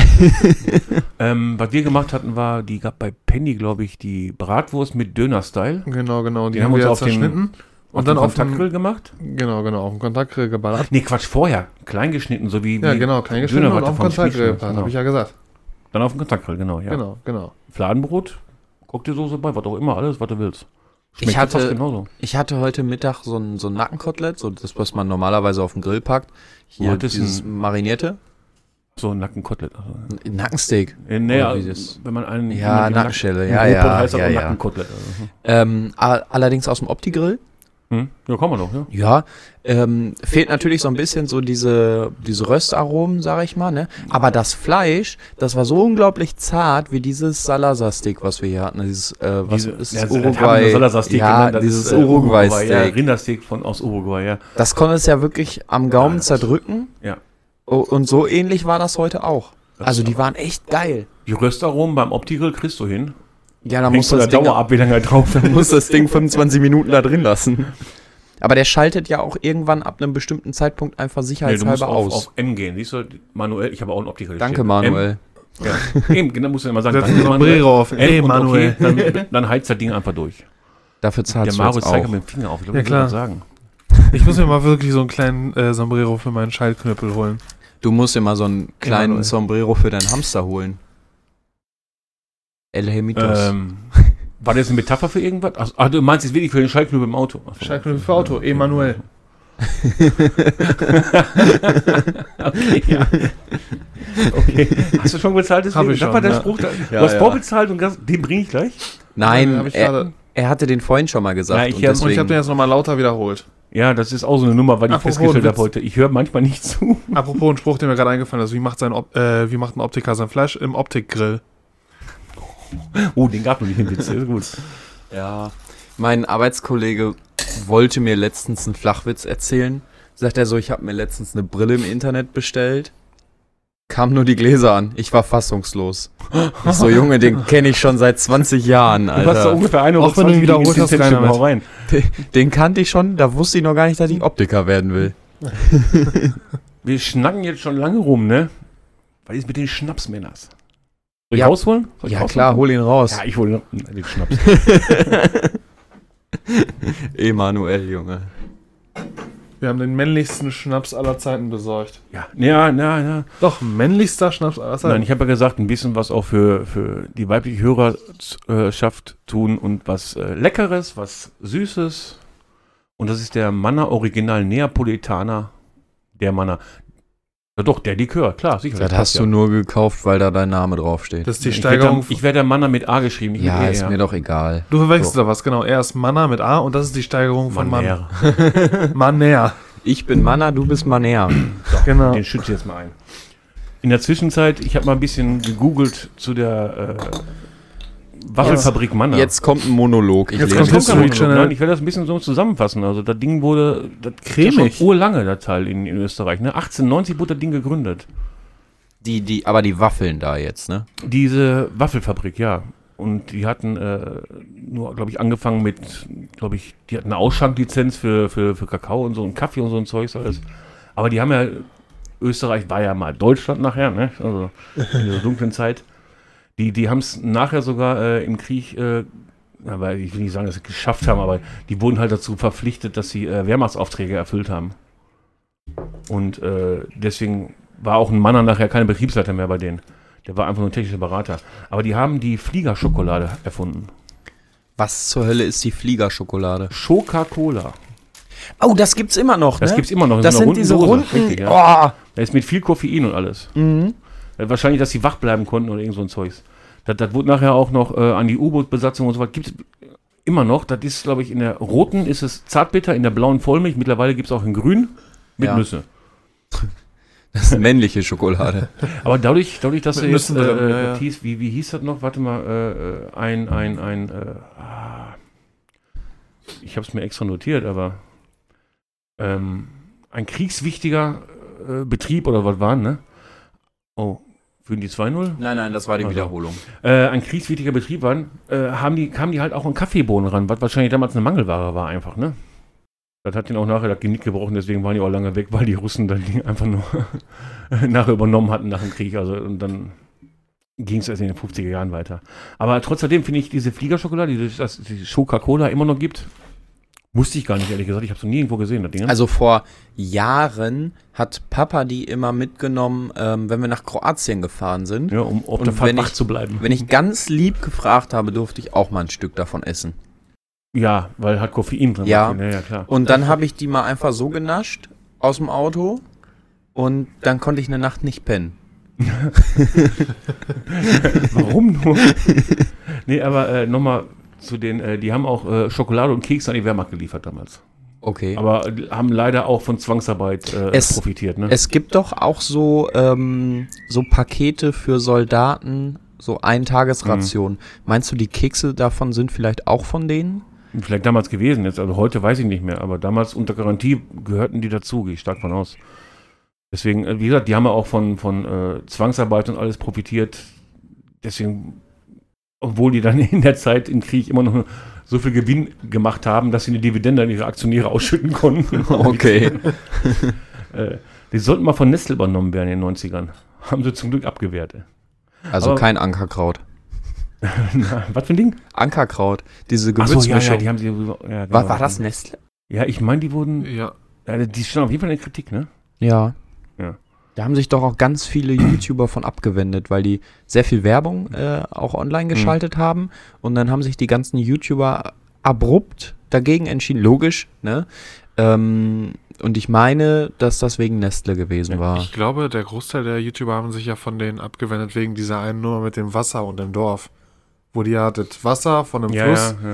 S3: ähm, was wir gemacht hatten, war, die gab bei Penny, glaube ich, die Bratwurst mit Döner-Style.
S2: Genau, genau. Und die
S3: Den
S2: haben
S3: haben
S2: wir
S3: wir
S2: ja
S3: uns auf den-
S2: zerschnitten. und dann auf dem.
S3: Kontaktgrill gemacht.
S2: Genau, genau. Auf dem Kontaktgrill geballert.
S3: Nee, Quatsch, vorher. Klein geschnitten, so wie.
S2: Ja,
S3: wie
S2: genau. Klein geschnitten und
S3: Dönerwatte
S2: auf dem
S3: vom
S2: Kontaktgrill
S3: Spieß,
S2: geballert.
S3: genau.
S2: Habe ich ja gesagt.
S3: Dann auf dem Kontaktgrill, genau. Ja.
S2: Genau, genau.
S3: Fladenbrot, Cocktailsoße bei, was auch immer, alles, was du willst.
S1: Ich
S3: jetzt
S1: hatte-
S3: fast genauso.
S1: Ich hatte heute Mittag so ein, so ein Nackenkotelett, so das, was man normalerweise auf den Grill packt. Hier
S3: hattest
S1: dieses marinierte.
S3: So ein Nackenkotelett. Also.
S1: Ein Nackensteak.
S3: Äh, Naja,
S1: Oder wie das-
S3: wenn man einen.
S1: Ja,
S3: jemanden
S1: Nackenschelle, ja,
S3: Ruppert
S1: ja,
S3: heißt das
S1: ja,
S3: auch
S1: ja.
S3: Nackenkotelett. Also.
S1: Ähm, a- allerdings aus dem Opti-Grill.
S3: Hm? Ja, kann man doch, ja.
S1: Ja. Ähm, fehlt natürlich so ein bisschen so diese, diese Röstaromen, sage ich mal. Ne? Aber das Fleisch, das war so unglaublich zart wie dieses Salazar-Steak, was wir hier hatten. Dieses, äh, was
S3: Diese-
S1: ist
S3: ja,
S1: das?
S3: das haben wir
S1: Uruguay.
S3: Salazar-Steak
S1: ja,
S3: genannt, das
S1: dieses
S3: ist, äh,
S1: Uruguay-Steak.
S3: Ja, Rindersteak von, aus Uruguay, ja.
S1: Das konnte es ja wirklich am
S3: Ja,
S1: Gaumen
S3: das-
S1: zerdrücken.
S3: ja.
S1: O- Und so ähnlich war das heute auch.
S3: Das
S1: Also
S3: ist
S1: die waren echt geil.
S3: Die Röstaromen beim Opti-Grill kriegst du hin.
S1: Ja, da
S3: Hängst
S1: musst du
S3: du der
S1: das Ding, *laughs*
S3: Dauer ab, wie lange er drauf ist.
S1: musst das Ding 25 Minuten da drin
S3: *laughs*
S1: lassen. Aber der schaltet ja auch irgendwann ab einem bestimmten Zeitpunkt einfach
S3: du musst
S1: sicherheitshalber
S3: auf,
S1: aus.
S3: auf M gehen. Siehst du, manuell, ich habe auch einen Opti-Grill.
S1: Danke,
S3: stehen.
S1: Manuel.
S3: M,
S1: *laughs*
S3: ja. Eben, genau, musst du immer sagen.
S2: Setzen wir
S3: Danke,
S2: noch
S3: Manuel.
S2: Brero auf.
S3: M
S2: Ey,
S3: und
S2: Manuel.
S3: Okay, dann, dann heizt das Ding einfach durch.
S1: Dafür zahlst
S3: Der
S1: du
S3: Mario
S1: jetzt
S3: zeigt
S1: auch.
S3: mit dem Finger auf. Ich
S2: Ja,
S3: glaube, ich
S2: klar.
S3: was sagen.
S2: Ich muss mir mal wirklich so einen kleinen äh, Sombrero für meinen Schaltknüppel holen.
S1: Du musst dir mal so einen kleinen
S2: Manuel.
S1: Sombrero für deinen Hamster holen. El Hemitos.
S3: Ähm, war das eine Metapher für irgendwas? Ach, ach, du meinst jetzt wirklich für den Schaltknüppel im Auto? Ach so.
S2: Schaltknüppel für Auto, Emanuel.
S3: *laughs* okay, ja. okay. Hast du schon bezahlt? deswegen?
S2: Hab ich
S3: das
S2: schon,
S3: war der
S2: ja.
S3: Spruch. Da,
S1: Ja,
S3: du hast
S1: ja.
S3: vorbezahlt und das, den bringe ich gleich.
S2: Äh, Hab
S1: Nein,
S3: äh,
S2: ich
S1: er,
S2: gerade,
S1: er hatte den vorhin schon mal gesagt.
S3: Ja, ich
S1: und
S3: hab- und ich
S2: und ich habe den
S1: deswegen,
S2: jetzt nochmal lauter wiederholt.
S3: Ja, das ist auch so eine Nummer, weil ich
S2: Apropos
S3: festgestellt
S2: Witz.
S3: habe heute. Ich höre manchmal nicht zu.
S2: Apropos ein Spruch, der mir gerade eingefallen ist. Wie macht, sein Op äh, wie macht ein Optiker sein Fleisch? Im Optikgrill.
S3: Oh, den gab noch nicht den Witz. Ist gut.
S1: ja, mein Arbeitskollege wollte mir letztens einen Flachwitz erzählen. Sagt er so, ich habe mir letztens eine Brille im Internet bestellt. Kam nur die Gläser an. Ich war fassungslos. Ich so, Junge, den kenne ich schon seit 20 Jahren,
S3: Du hast so
S1: Alter.
S3: ungefähr eine
S2: Auch wenn du ihn wiederholt hast, keiner mit.
S3: rein.
S1: Den kannte ich schon, da wusste ich noch gar nicht, dass ich Optiker werden will.
S3: Wir schnacken jetzt schon lange rum, ne? Was ist mit den Schnapsmänners? Soll ich
S1: Ja.
S3: rausholen? Soll ich
S1: Ja
S3: rausholen?
S1: klar, hol ihn raus.
S3: Ja, ich hole den Schnaps.
S1: *laughs* Emanuel, Junge.
S2: Wir haben den männlichsten Schnaps aller Zeiten besorgt.
S3: Ja, ja, ja, ja.
S2: Doch, männlichster Schnaps aller
S3: Nein,
S2: Zeiten.
S3: ich habe ja gesagt, ein bisschen was auch für, für die weibliche Hörerschaft tun und was äh, Leckeres, was Süßes. Und das ist der Manner Original Neapolitaner. Der Manner. Ja, doch, der Likör, klar, sicher.
S1: Das
S3: passt
S1: hast
S3: ja.
S1: du nur gekauft, weil da dein Name draufsteht.
S2: das ist die
S3: Ich werde,
S2: Steigerung.
S3: der- ich werde der Manner mit A geschrieben. nicht
S1: Ja,
S3: mit E,
S1: ist mir doch egal.
S2: du verwechselst da was, genau. Er ist Manna mit A und das ist die Steigerung von
S3: Mann.
S2: Mann.
S3: Mann.
S2: Manner.
S1: Ich bin Manner, du bist Maner.
S2: Genau.
S3: Den schütze ich jetzt mal ein. In der Zwischenzeit, ich habe mal ein bisschen gegoogelt zu der äh, Waffelfabrik Manner.
S1: Jetzt kommt ein Monolog. Ich
S2: Jetzt
S1: lese
S2: kommt
S1: es.
S3: Das
S2: History
S3: kommt Channel.
S2: Channel.
S3: Nein, ich werde das ein bisschen so zusammenfassen. Also das Ding wurde, das
S2: Cremig.
S3: ist ja schon urlange, das Teil in, in Österreich. Ne? 1890 wurde das Ding gegründet.
S1: die, die, aber die Waffeln da jetzt, ne?
S3: Diese Waffelfabrik, ja. Und die hatten äh, nur, glaube ich, angefangen mit, glaube ich, die hatten eine Ausschanklizenz für, für, für Kakao und so und Kaffee und so ein Zeugs alles. Aber die haben ja, Österreich war ja mal Deutschland nachher, ne? Also in dieser dunklen Zeit. Die, die haben es nachher sogar äh, im Krieg, äh, aber ich will nicht sagen, dass sie es geschafft haben, aber die wurden halt dazu verpflichtet, dass sie äh, Wehrmachtsaufträge erfüllt haben. Und äh, deswegen war auch ein Mann nachher keine Betriebsleiter mehr bei denen. Der war einfach nur ein technischer Berater. Aber die haben die Fliegerschokolade erfunden.
S1: Was zur Hölle ist die Fliegerschokolade?
S3: Schoka-Cola.
S1: Oh, das gibt's immer noch,
S3: Das
S1: ne?
S3: gibt's immer noch. in
S1: das
S3: so einer
S1: sind diese
S3: Dose.
S1: runden.
S3: Richtig, ja.
S1: oh,
S3: Da ist mit viel Koffein und alles. Äh, Wahrscheinlich, dass sie wach bleiben konnten oder irgend so ein Zeugs. Das, das wurde nachher auch noch äh, an die U-Boot-Besatzung und so was. Gibt es immer noch. Das ist, glaube ich, in der roten ist es Zartbitter, in der blauen Vollmilch. Mittlerweile gibt es auch in grün mit
S1: Ja.
S3: Nüsse.
S6: Das ist männliche Schokolade.
S3: Aber dadurch, dadurch dass
S2: Mit
S3: du jetzt,
S2: Nüssen
S3: äh,
S2: drin, ja, ja.
S3: das hieß, wie, wie hieß das noch? Warte mal, äh, äh, ein, ein, ein, äh, ah. ich habe es mir extra notiert, aber ähm, ein kriegswichtiger äh, Betrieb oder was waren, ne? Oh, führen die 2-0?
S6: Nein, nein, das war die
S3: Also.
S6: Wiederholung.
S3: äh, ein kriegswichtiger Betrieb waren, äh, haben die, kamen die halt auch an Kaffeebohnen ran, was wahrscheinlich damals eine Mangelware war einfach, ne? Das hat ihnen auch nachher das Genick gebrochen, deswegen waren die auch lange weg, weil die Russen dann die einfach nur *laughs* nachher übernommen hatten nach dem Krieg. Also und dann ging es erst in den 50er Jahren weiter. Aber trotzdem finde ich diese Fliegerschokolade, die das die Coca-Cola immer noch gibt, wusste ich gar nicht, ehrlich gesagt. Ich habe es noch nirgendwo gesehen, das Ding.
S1: Also vor Jahren hat Papa die immer mitgenommen, ähm, wenn wir nach Kroatien gefahren sind.
S3: ja, um auf
S1: und
S3: der Fahrt
S1: wenn
S3: wach
S1: ich-
S3: zu bleiben.
S1: Wenn ich ganz lieb gefragt habe, durfte ich auch mal ein Stück davon essen.
S3: ja, weil hat Koffein drin.
S1: Ja.
S3: ja, ja klar.
S1: Und dann habe ich die mal einfach so genascht aus dem Auto und dann konnte ich eine Nacht nicht pennen.
S3: Warum
S1: *laughs*
S3: nur? nee, aber äh, nochmal zu den, äh, die haben auch äh, Schokolade und Kekse an die Wehrmacht geliefert damals.
S1: Okay.
S3: Aber äh, haben leider auch von Zwangsarbeit äh,
S1: Es-
S3: profitiert. Ne?
S1: Es gibt doch auch so, ähm, so Pakete für Soldaten, so Eintagesrationen.
S3: Mhm.
S1: Meinst du, die Kekse davon sind vielleicht auch von denen?
S3: Vielleicht damals gewesen jetzt, also heute weiß ich nicht mehr, aber damals unter Garantie gehörten die dazu, gehe ich stark von aus. Deswegen, äh, wie gesagt, die haben ja auch von, von äh, Zwangsarbeit und alles profitiert. Deswegen, obwohl die dann *laughs* in der Zeit im Krieg immer noch so viel Gewinn gemacht haben, dass sie eine Dividende an ihre Aktionäre ausschütten
S1: *laughs*
S3: konnten.
S6: Okay.
S3: Äh, die sollten mal von Nestle übernommen werden in den 90ern. Haben sie zum Glück abgewehrt. ey. *laughs*
S1: Also
S3: Aber-
S1: kein Ankerkraut.
S3: Na, was für ein Ding?
S1: Ankerkraut, diese
S3: Ach so, ja, ja,
S1: Gewürzmischung.
S3: die haben sie. Ja, genau.
S1: war, war das Nestle?
S3: Ja, ich meine, die wurden.
S2: Ja.
S3: Also die stehen auf jeden Fall in der Kritik, ne?
S1: Ja.
S3: Ja.
S1: Da haben sich doch auch ganz viele YouTuber von abgewendet, weil die sehr viel Werbung äh, auch online geschaltet haben. Und dann haben sich die ganzen YouTuber abrupt dagegen entschieden. Logisch, ne? Ähm, und ich meine, dass das wegen Nestle gewesen war.
S2: Ich glaube, der Großteil der YouTuber haben sich ja von denen abgewendet wegen dieser einen Nummer mit dem Wasser und dem Dorf. Wo die ja das Wasser von einem Fluss
S3: ja.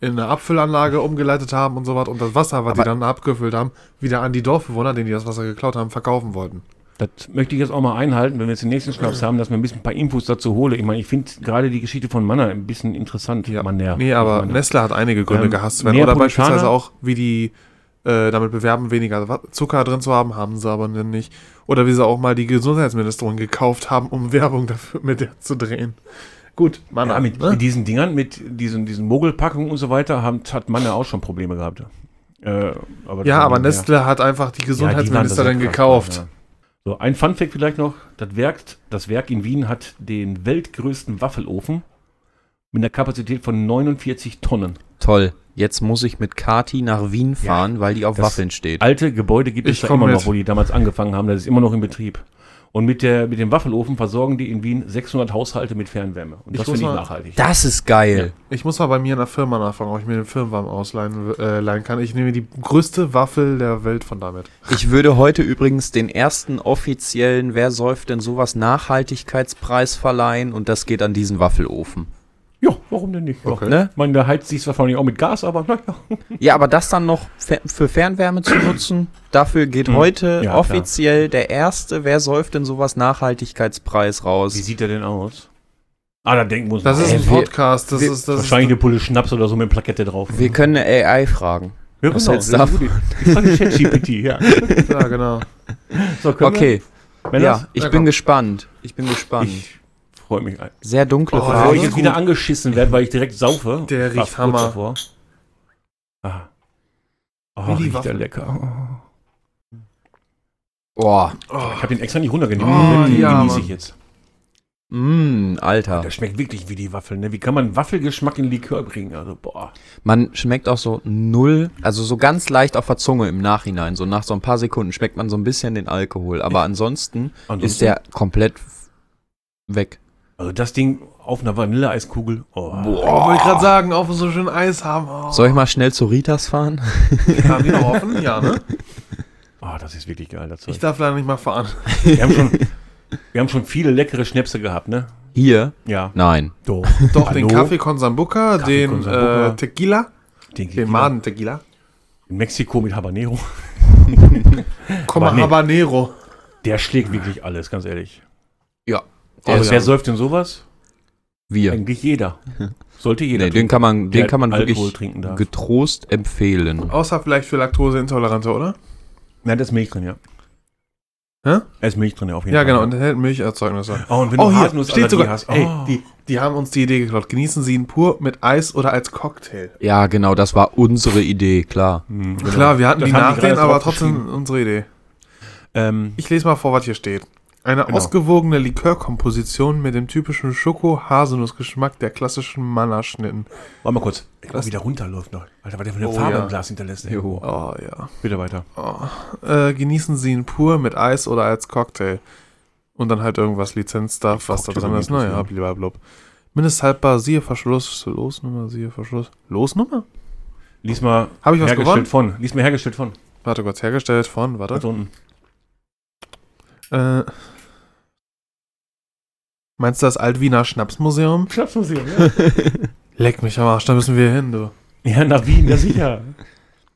S2: in eine Abfüllanlage umgeleitet haben und so was und das Wasser, was
S1: Aber-
S2: die dann abgefüllt haben, wieder an die Dorfbewohner, denen die das Wasser geklaut haben, verkaufen wollten.
S3: Das möchte ich jetzt auch mal einhalten, wenn wir jetzt den nächsten Schnaps haben, dass wir ein bisschen ein paar Infos dazu hole. Ich meine, ich finde gerade die Geschichte von Manner ein bisschen interessant. Manner.
S2: Nee, aber
S3: Ich meine,
S2: Nestle hat einige Gründe
S3: Ähm,
S2: gehasst werden. Oder
S3: Neapolitaner?
S2: beispielsweise auch, wie die äh, damit bewerben, weniger Wa- Zucker drin zu haben, haben sie aber dann nicht. Oder wie sie auch mal die Gesundheitsministerin gekauft haben, um Werbung dafür mit der zu drehen. Gut, Mann.
S3: ja, mit,
S2: ne?
S3: mit diesen Dingern, mit diesen, diesen Mogelpackungen und so weiter, haben, hat Manner auch schon Probleme gehabt. Äh, aber das
S2: Ja,
S3: war
S2: aber
S3: dann mehr-
S2: Nestle hat einfach die Gesundheitsministerin
S3: Ja, die waren da so krass,
S2: gekauft.
S3: ja. So, ein Funfact vielleicht noch: das Werk, das Werk in Wien hat den weltgrößten Waffelofen mit einer Kapazität von 49 Tonnen.
S1: Toll. Jetzt muss ich mit Kati nach Wien fahren, weil die auf
S3: Das-
S1: Waffeln steht.
S3: Alte Gebäude gibt es
S2: Ich
S3: da
S2: komm
S3: immer noch,
S2: mit.
S3: wo die damals angefangen haben. Das ist immer noch in Betrieb. Und mit, der, mit dem Waffelofen versorgen die in Wien 600 Haushalte mit Fernwärme. Und
S2: Ich
S3: das
S2: muss
S3: finde ich
S2: mal-
S3: nachhaltig.
S1: Das ist geil.
S2: Ich muss mal bei mir in der Firma nachfragen, ob ich mir den Firmenwarm ausleihen äh, leihen kann. Ich nehme die größte Waffel der Welt von damit.
S1: Ich würde heute übrigens den ersten offiziellen Wer säuft denn sowas Nachhaltigkeitspreis verleihen und das geht an diesen Waffelofen.
S3: ja, warum denn nicht?
S2: Okay.
S1: Ne?
S3: Ich meine, da heizt sich zwar nicht auch mit Gas, aber naja.
S1: Ja, aber das dann noch fe- für Fernwärme zu nutzen, dafür geht heute
S3: Hm. Ja,
S1: offiziell der erste, wer säuft denn sowas Nachhaltigkeitspreis
S3: Wie
S1: raus?
S3: sieht der denn aus? Ah, da denken wir uns
S2: Das
S3: noch
S2: ist
S1: Ey,
S2: ein
S1: wir-
S2: Podcast. Das
S1: wir-
S2: ist, das ist,
S3: wahrscheinlich eine Pulle Schnaps oder so mit Plakette drauf.
S1: Wir können eine AI fragen.
S3: Ja,
S1: was hältst du
S3: das ist eine gute- Ich frage ChatGPT,
S1: *laughs*
S3: ja.
S2: ja, genau.
S3: So, können wir-
S1: Okay,
S3: Wenn
S1: ja,
S3: ja,
S1: ich
S2: Ja,
S1: bin
S2: komm.
S1: gespannt. Ich bin gespannt.
S3: ich freue mich. ein.
S1: Sehr dunkle
S2: Oh,
S3: Bevor
S1: Farbe.
S3: ich jetzt wieder angeschissen werde, weil ich direkt saufe.
S2: Der
S3: war
S2: riecht
S3: kurz
S2: Hammer.
S3: davor. Ah. Oh,
S2: Wie die
S3: riecht der
S2: Waffen.
S3: lecker.
S1: Boah,
S2: Oh,
S3: Ich habe den extra nicht runtergenommen.
S2: Oh,
S3: den
S2: ja,
S3: genieße
S2: Mann.
S3: ich jetzt.
S1: mh, Hm, Alter.
S3: Der schmeckt wirklich wie die Waffeln. Ne? Wie kann man Waffelgeschmack in Likör bringen? Also, boah.
S1: Man schmeckt auch so null, also so ganz leicht auf der Zunge im Nachhinein. So nach so ein paar Sekunden schmeckt man so ein bisschen den Alkohol. Aber ansonsten,
S3: Ansonsten-
S1: ist der komplett weg.
S3: Also das Ding auf einer Vanilleeiskugel. Oh.
S2: Oh, wollte ich gerade sagen, auch so schön Eis haben. Oh,
S1: Soll ich mal schnell zu Ritas fahren?
S2: haben die noch offen? Ja, ne?
S3: oh, das ist wirklich geil. Das Zeug.
S2: Ich darf leider nicht mal fahren.
S3: Wir haben schon, wir haben schon viele leckere Schnäpse gehabt, ne?
S1: Hier?
S3: Ja.
S1: Nein.
S3: Doch,
S2: Doch, den
S3: Hallo?
S2: Kaffee con Sambuca,
S3: Kaffee
S2: den
S3: con Sambuca.
S2: äh, Tequila,
S3: Den,
S2: den Maden-Tequila,
S3: In Mexiko mit Habanero.
S2: Komma
S3: nee.
S2: Habanero.
S3: Der schlägt wirklich alles, ganz ehrlich.
S1: Ja.
S3: Also
S2: ja.
S3: wer säuft denn sowas?
S1: Wir.
S3: Eigentlich jeder. Sollte jeder.
S1: Nee, den kann man, den
S3: der
S1: kann man
S3: Alkohol
S1: wirklich
S3: trinken darf.
S1: getrost empfehlen.
S2: Außer vielleicht für Laktoseintolerante, oder?
S3: Nein, da ist Milch drin, ja.
S2: Hä?
S3: Da ist Milch drin, ja, auf jeden
S2: Ja,
S3: Fall.
S2: genau, und enthält Milcherzeugnisse.
S3: Oh, und wenn
S2: Oh,
S3: du
S2: hier,
S3: Haselnussallergie
S2: steht sogar-
S3: hast, oh,
S2: ey, Die haben uns die Idee geklaut. Genießen Sie ihn pur mit Eis oder als Cocktail.
S1: Ja, genau, das war unsere Idee, klar.
S3: *laughs* Hm, genau.
S2: Klar, wir hatten
S3: Das
S2: die
S3: haben die
S2: Nachrichten,
S3: gerade
S2: aber
S3: drauf
S2: trotzdem
S3: geschrieben.
S2: unsere Idee.
S3: Ähm,
S2: Ich lese mal vor, was hier steht. Eine
S3: Genau.
S2: ausgewogene Likörkomposition mit dem typischen Schoko-Haselnuss-Geschmack der klassischen Mannerschnitten.
S3: warte mal kurz. Ich glaube, wie der runterläuft noch. Alter, was der für eine
S2: Oh,
S3: Farbe
S2: ja.
S3: im Glas hinterlässt. ey.
S1: Jo.
S2: Oh ja.
S3: Bitte weiter.
S2: Äh, genießen Sie ihn pur mit Eis oder als Cocktail. Und dann halt irgendwas Lizenzstuff, was da
S3: Cocktail
S2: drin ist.
S3: irgendwie,
S2: Naja,
S3: ja.
S2: blablabla. Mindesthaltbar, siehe Verschluss, Losnummer, siehe Verschluss. Losnummer?
S3: Lies mal
S2: Habe ich was
S3: hergestellt
S2: gewonnen?
S3: von. Lies mal hergestellt von.
S2: Warte kurz, hergestellt von, warte.
S3: Ganz unten.
S2: Äh, meinst du das Altwiener Schnapsmuseum?
S3: Schnapsmuseum, ja.
S2: Leck mich am Arsch, da müssen wir hin, du.
S3: *laughs* ja, nach Wien, ja sicher.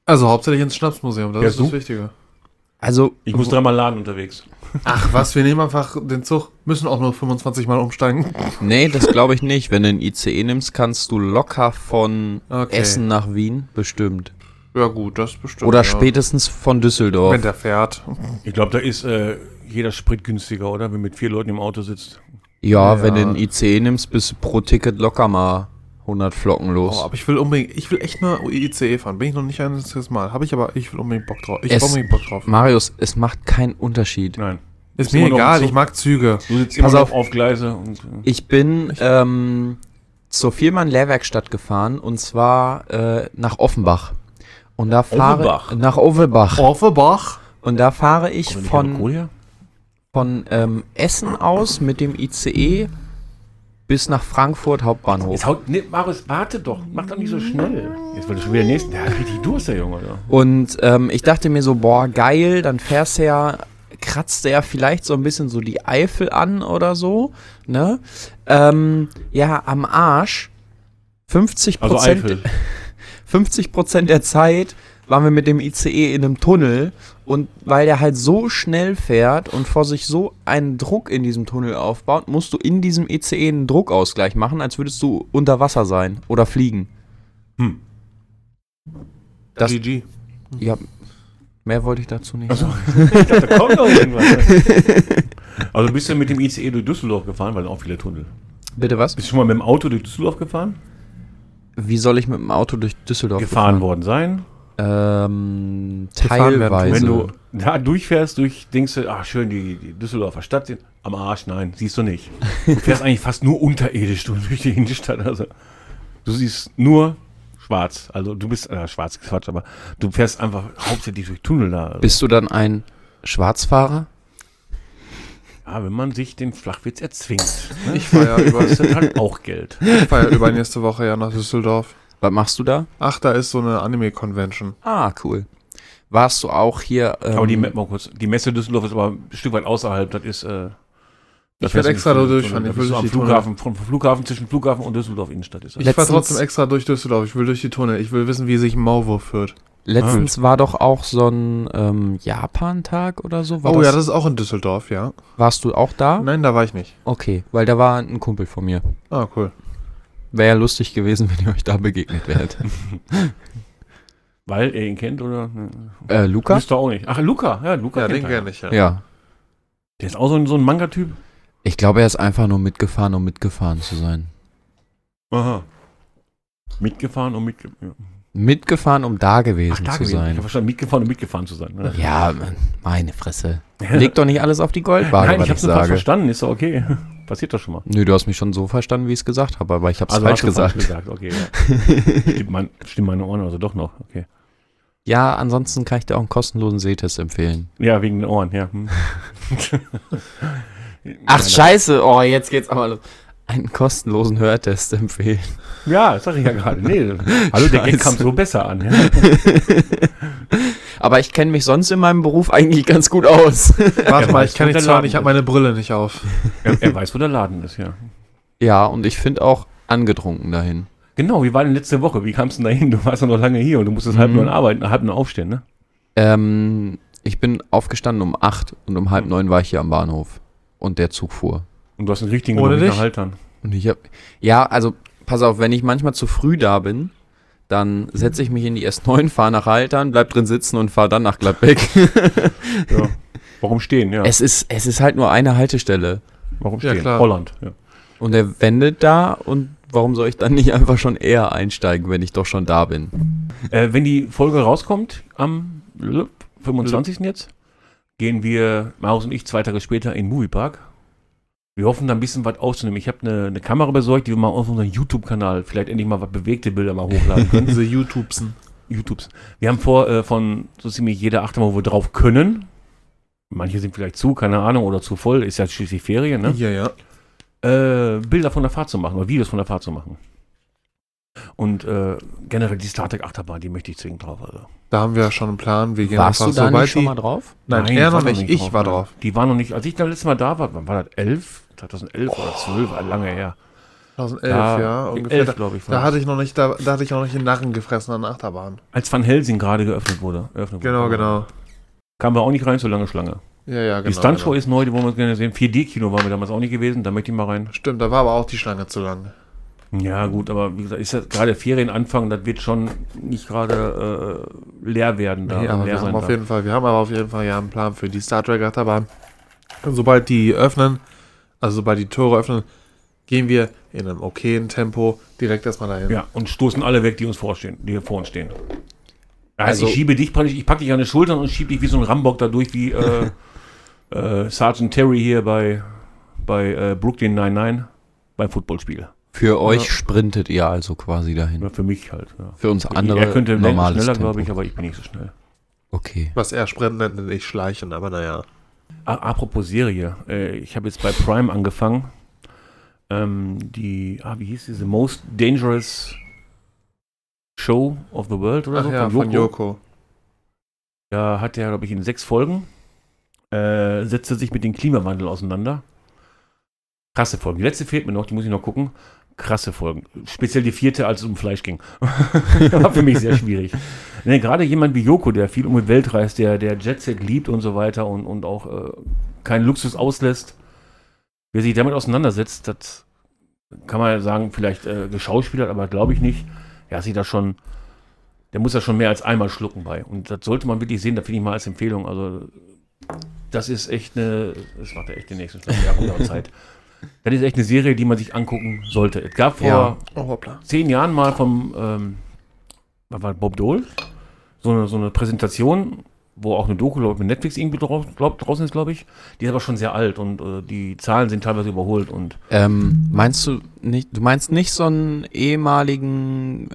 S2: Also hauptsächlich ins Schnapsmuseum, das
S3: Ja,
S2: ist das
S3: du?
S2: Wichtige.
S1: Also,
S3: Ich muss dreimal laden unterwegs.
S2: Ach was, wir nehmen einfach den Zug, müssen auch nur 25 Mal umsteigen.
S1: nee, das glaube ich nicht. Wenn du einen ICE E nimmst, kannst du locker von
S2: Okay.
S1: Essen nach Wien, bestimmt.
S2: Ja gut, das bestimmt.
S1: Oder
S2: ja.
S1: spätestens von Düsseldorf.
S2: Wenn der fährt.
S3: Ich glaube, da ist äh, jeder Sprit günstiger, oder? Wenn mit vier Leuten im Auto sitzt.
S1: Ja,
S2: Ja.
S1: wenn du einen ICE nimmst, bist du pro Ticket locker mal 100 Flocken los.
S2: Oh, aber ich will unbedingt, ich will echt mal ICE E fahren. Bin ich noch nicht ein einziges Mal. Habe ich aber, ich will unbedingt Bock drauf. Ich
S1: Es-
S2: hab unbedingt Bock drauf.
S1: Marius, es macht keinen Unterschied.
S3: Nein.
S2: Ist mir
S3: immer noch ein
S2: egal,
S3: Zug.
S2: ich mag Züge.
S3: Du sitzt
S1: Pass
S3: immer
S1: auf.
S3: noch auf Gleise und. äh,
S1: Ich bin ähm, zur Firma Lehrwerkstatt gefahren und zwar äh, nach Offenbach. Und da fahre
S3: Offenbach?
S1: nach Offenbach. Oh.
S2: Offenbach.
S1: Und da fahre ich
S3: Kommen nicht alle
S1: von,
S3: Kohl her?
S1: von ähm, Essen aus mit dem ICE bis nach Frankfurt Hauptbahnhof.
S3: Jetzt haut, nee, Marius, warte doch, mach doch nicht so schnell. Jetzt wird er schon wieder den nächsten. Der hat richtig Durst, der Junge, oder?
S1: Und ähm, ich dachte mir so, boah, geil, dann fährst du ja, kratzt du ja vielleicht so ein bisschen so die Eifel an oder so, ne? Ähm, ja, am Arsch. 50
S3: Also
S1: Prozent,
S3: Eifel.
S1: 50 Prozent der Zeit waren wir mit dem ICE in einem Tunnel und weil der halt so schnell fährt und vor sich so einen Druck in diesem Tunnel aufbaut, musst du in diesem ICE einen Druckausgleich machen, als würdest du unter Wasser sein oder fliegen.
S3: Hm.
S1: Das,
S2: GG.
S1: ja, mehr wollte ich dazu nicht.
S3: Also, ich dachte, da kommt doch irgendwas. Also bist du mit dem ICE durch Düsseldorf gefahren, weil da auch viele Tunnel.
S1: Bitte was?
S3: Bist du schon mal mit dem Auto durch Düsseldorf gefahren?
S1: Wie soll ich mit dem Auto durch Düsseldorf
S3: Gefahren worden sein.
S1: Ähm,
S2: Gefahren werden tun.
S1: teilweise.
S3: Wenn du da durchfährst, durch, denkst du, ach schön, die, die Düsseldorfer Stadt, die- am Arsch, nein, siehst du nicht.
S2: *laughs*
S3: Du fährst eigentlich fast nur unterirdisch durch durch die Innenstadt. Also, du siehst nur schwarz. Also du bist, äh, schwarz ist Quatsch, aber du fährst einfach hauptsächlich durch Tunnel da. Also,
S1: Bist du dann ein Schwarzfahrer?
S3: ja, wenn man sich den Flachwitz erzwingt,
S2: Ich fahr ja über, *laughs*
S3: kostet das halt auch Geld.
S2: ich fahr *laughs* ja über nächste Woche ja nach Düsseldorf.
S1: Was machst du da?
S2: Ach, da ist so eine Anime-Convention.
S1: Ah, cool. Warst du auch hier? Ähm,
S3: Aber die, Me- mal kurz, die Messe Düsseldorf ist aber ein Stück weit außerhalb. Das ist. Äh, das
S2: Ich werd
S3: wär's
S2: extra
S3: nicht so-
S2: da durchfahren,
S3: Da
S2: ich
S3: bist
S2: will
S3: du am
S2: durch die Tunnel.
S3: Flughafen, vom vom Flughafen zwischen Flughafen und Düsseldorf Innenstadt ist das.
S2: Ich fahr
S1: Letztens-
S2: trotzdem extra durch Düsseldorf. Ich will durch die Tunnel. Ich will wissen, wie sich ein Maulwurf führt.
S1: letztens war doch auch so ein ähm, Japan-Tag oder so. War
S2: oh
S1: das,
S2: ja, das ist auch in Düsseldorf, ja.
S1: warst du auch da?
S3: Ne.
S2: Nein, da war ich nicht.
S1: Okay, weil da war ein Kumpel von mir.
S2: Ah, cool.
S1: Wäre ja lustig gewesen, *laughs* wenn ihr euch da begegnet
S3: *laughs*
S1: wärt.
S3: Weil ihr ihn kennt oder?
S1: äh,
S3: Luca?
S1: Luca?
S3: Müsste auch nicht. Ach, Luca, ja, Luca.
S2: Ja,
S3: kennt
S2: den
S3: er.
S2: kenne ich, ja.
S1: Ja.
S3: Der ist auch so ein, so ein Manga-Typ.
S1: Ich glaube, er ist einfach nur mitgefahren, um mitgefahren zu sein.
S3: Aha. Mitgefahren und mitgefahren.
S1: Mitgefahren, um da gewesen zu
S3: Ich habe
S1: sein.
S3: verstanden, mitgefahren und mitgefahren zu sein. Ne?
S1: Ja, Mann, meine Fresse.
S3: *laughs*
S1: Leg doch nicht alles auf die Goldwaage,
S3: Nein,
S1: was
S3: ich
S1: ich
S3: hab's nur falsch
S1: sage.
S3: verstanden, ist doch okay. *laughs* Passiert doch schon mal. Also
S1: Nö, du hast mich schon so verstanden, wie ich es gesagt habe, aber ich habe es falsch
S3: hast du
S1: gesagt.
S3: gesagt, okay.
S1: *laughs*
S3: Ja. stimmt, mein, stimmt meine Ohren also doch noch, okay.
S1: ja, ansonsten kann ich dir auch einen kostenlosen Sehtest empfehlen.
S3: Ja, wegen den Ohren, ja. Hm.
S1: Ach, scheiße. Oh, jetzt geht's aber los. einen kostenlosen Hörtest empfehlen.
S3: Ja, das sag ich ja gerade.
S1: *laughs*
S3: Nee, hallo, der Gag kam so besser an. Ja.
S1: Aber ich kenne mich sonst in meinem Beruf eigentlich ganz gut aus.
S2: Warte
S3: Ja,
S2: mal,
S3: weiß,
S2: ich kann
S3: wo der
S2: nicht zahlen,
S3: Laden
S2: ich habe
S3: ist.
S2: meine Brille nicht auf.
S3: Er, er weiß, wo der Laden ist, ja.
S1: *laughs* ja, und ich finde auch angetrunken dahin.
S3: Genau, wie war denn letzte Woche? Wie kamst du denn da hin? Du warst ja noch lange hier und du musstest
S1: Mhm.
S3: halb neun arbeiten, halb neun aufstehen, ne?
S1: Ähm, ich bin aufgestanden um 8 und um halb neun war ich hier am Bahnhof. Und der Zug fuhr.
S3: Und du hast einen richtigen
S2: Ohne
S3: genommen
S2: dich?
S3: nach Haltern.
S1: Und ich habe, ja, also pass auf, wenn ich manchmal zu früh da bin, dann setze ich mich in die S9, fahre nach Haltern, bleib drin sitzen und fahre dann nach Gladbeck. *laughs*
S3: Ja. *laughs* Warum stehen, ja?
S1: es, ist, es ist halt nur eine Haltestelle.
S3: Warum
S2: Ja,
S3: stehen?
S2: klar.
S3: Holland, ja.
S1: Und er wendet da und warum soll ich dann nicht einfach schon eher einsteigen, wenn ich doch schon da bin?
S3: Äh, wenn die Folge rauskommt, am 25. jetzt, gehen wir, Marius und ich, zwei Tage später in den Moviepark. Wir hoffen, da ein bisschen was auszunehmen. Ich habe eine, eine Kamera besorgt, die wir mal auf unserem YouTube-Kanal vielleicht endlich mal was bewegte Bilder mal hochladen können.
S2: *laughs* Diese YouTubesen.
S3: YouTubes. Wir haben vor, äh, von so ziemlich jeder Achter, wo wir drauf können. Manche sind vielleicht zu, keine Ahnung, oder zu voll. Ist ja schließlich Ferien, ne?
S2: Ja, ja.
S3: äh, Bilder von der Fahrt zu machen oder Videos von der Fahrt zu machen. Und äh, generell die Star Trek Achterbahn, die möchte ich zwingend drauf. Also.
S2: Da haben wir ja schon einen Plan. Wir gehen
S1: Warst du
S2: einfach
S1: da
S2: sobald
S1: nicht schon
S2: die-
S1: mal drauf?
S2: Nein,
S3: die
S2: er
S3: war
S2: noch nicht. Ich war
S3: ne?
S2: drauf.
S3: Die war noch nicht. Als ich das letzte Mal da war, wann war das? 11? 2011 oder 12? War lange her.
S2: 2011,
S3: Da-
S2: Oh. ja. Ungefähr.
S3: 11,
S2: da,
S3: glaube ich. war
S2: da
S3: das.
S2: hatte ich noch nicht, da, da hatte ich noch nicht den Narren gefressen an der Achterbahn.
S3: Als Van Helsing gerade geöffnet wurde. Eröffnet
S2: Genau,
S3: wurde.
S2: genau.
S3: Kamen wir auch nicht rein, so lange Schlange.
S2: Ja, ja, genau.
S3: die Stuntshow
S2: genau.
S3: ist neu, die wollen wir uns gerne sehen. 4D-Kino waren wir damals auch nicht gewesen, da möchte ich mal rein.
S2: Stimmt, da war aber auch die Schlange zu lang.
S3: Ja, gut, aber wie gesagt, ist das gerade Ferienanfang, das wird schon nicht gerade äh, leer werden da.
S2: nee,
S3: und
S2: aber
S3: leer
S2: wir haben
S3: sein
S2: auf
S3: da.
S2: jeden Fall, wir haben aber auf jeden Fall ja einen Plan für die Star Trek Achterbahn. Und sobald die öffnen, also sobald die Tore öffnen, gehen wir in einem okayen Tempo direkt erstmal dahin.
S3: Ja, und stoßen alle weg, die uns vorstehen, die hier vor uns stehen. Also,
S1: Also-
S3: ich schiebe dich praktisch, ich packe dich an die Schultern und schiebe dich wie so ein Rambock da durch,
S1: *laughs*
S3: wie äh, äh, Sergeant Terry hier bei, bei äh, Brooklyn 99 beim Footballspiel.
S1: Für euch sprintet ihr also quasi dahin.
S3: Ja, für mich halt. Ja.
S1: Für uns andere
S3: er könnte lenken
S1: normales
S3: schneller,
S1: Tempo.
S3: glaube ich, aber ich bin nicht so schnell.
S1: Okay.
S2: Was er sprinten nennt, nenne ich schleichen, aber naja.
S3: A apropos Serie, äh, ich habe jetzt bei Prime angefangen. Ähm, die, ah, wie hieß diese? Most Dangerous Show of the World oder
S2: Ach
S3: so?
S2: ja, von Joko.
S3: Da hat er, glaube ich, in sechs Folgen äh, setzt er sich mit dem Klimawandel auseinander. Krasse Folgen. Die letzte fehlt mir noch, die muss ich noch gucken. Krasse Folgen. Speziell die vierte, als es um Fleisch ging. *laughs* War für mich sehr schwierig. Nee, gerade jemand wie Joko, der viel um die Welt reist, der, der Jetset liebt und so weiter und, und auch äh, keinen Luxus auslässt, wer sich damit auseinandersetzt, das kann man ja sagen, vielleicht äh, geschauspielert, aber glaube ich nicht. Er hat sich da schon, der muss ja schon mehr als einmal schlucken bei. Und das sollte man wirklich sehen, da finde ich mal als Empfehlung. Also, das ist echt eine, das macht ja echt den nächsten Schluck, ja,
S1: *laughs*
S3: unsere Zeit. Das ist echt eine Serie, die man sich angucken sollte. Es gab vor
S1: Ja.
S2: Oh, hoppla.
S3: zehn Jahren mal vom ähm, was war das, Bob Dole so eine, so eine Präsentation, wo auch eine Doku glaub, ich, mit Netflix irgendwie drau glaub, draußen ist, glaube ich. Die ist aber schon sehr alt und äh, die Zahlen sind teilweise überholt. Und
S1: Ähm, meinst du nicht, du meinst nicht so einen ehemaligen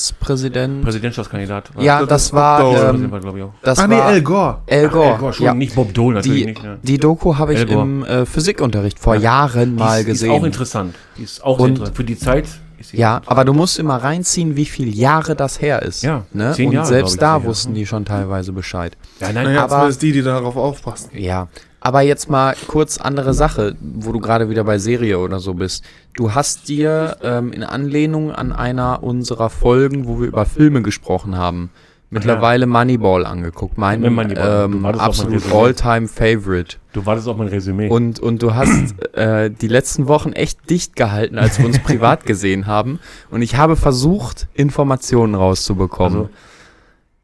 S1: US-Präsident?
S3: Präsidentschaftskandidat.
S1: Ja, das war,
S3: ähm,
S1: ähm,
S3: glaube ich auch.
S1: das
S2: Ah, nee,
S1: war
S2: El Gore.
S1: Al Gore.
S3: Al Gore, schon,
S1: ja.
S3: nicht Bob Dole natürlich
S1: Die,
S3: nicht. ne? Ja.
S1: die Doku habe ich
S3: Al Gore.
S1: im äh, Physikunterricht vor
S3: Ja.
S1: Jahren mal
S3: die ist,
S1: gesehen.
S3: ist auch interessant. Die ist auch sehr
S1: Und-
S3: interessant. Für die Zeit ist sie
S1: ja,
S3: interessant.
S1: aber du musst immer reinziehen, wie viele Jahre das her ist.
S3: Ja,
S1: ne?
S3: zehn
S1: Und
S3: Jahre, glaub
S1: selbst
S3: ich,
S1: da
S3: das her.
S1: wussten die schon teilweise Bescheid.
S3: Ja, nein,
S2: Naja,
S1: aber-
S2: zumindest die, die darauf aufpassen.
S1: Ja, aber jetzt mal kurz andere Sache, wo du gerade wieder bei Serie oder so bist. Du hast dir ähm, in Anlehnung an einer unserer Folgen, wo wir über Filme gesprochen haben, mittlerweile Moneyball angeguckt. Mein
S3: Mit Moneyball. Du
S1: ähm,
S3: wartest auf mein
S1: absolut
S3: Resümee.
S1: All-Time-Favorite.
S3: du wartest auf mein Resümee.
S1: Und, und du
S3: *clears throat*
S1: hast äh, die letzten Wochen echt dicht gehalten, als wir uns privat gesehen haben. Und ich habe versucht, Informationen rauszubekommen.
S3: Also-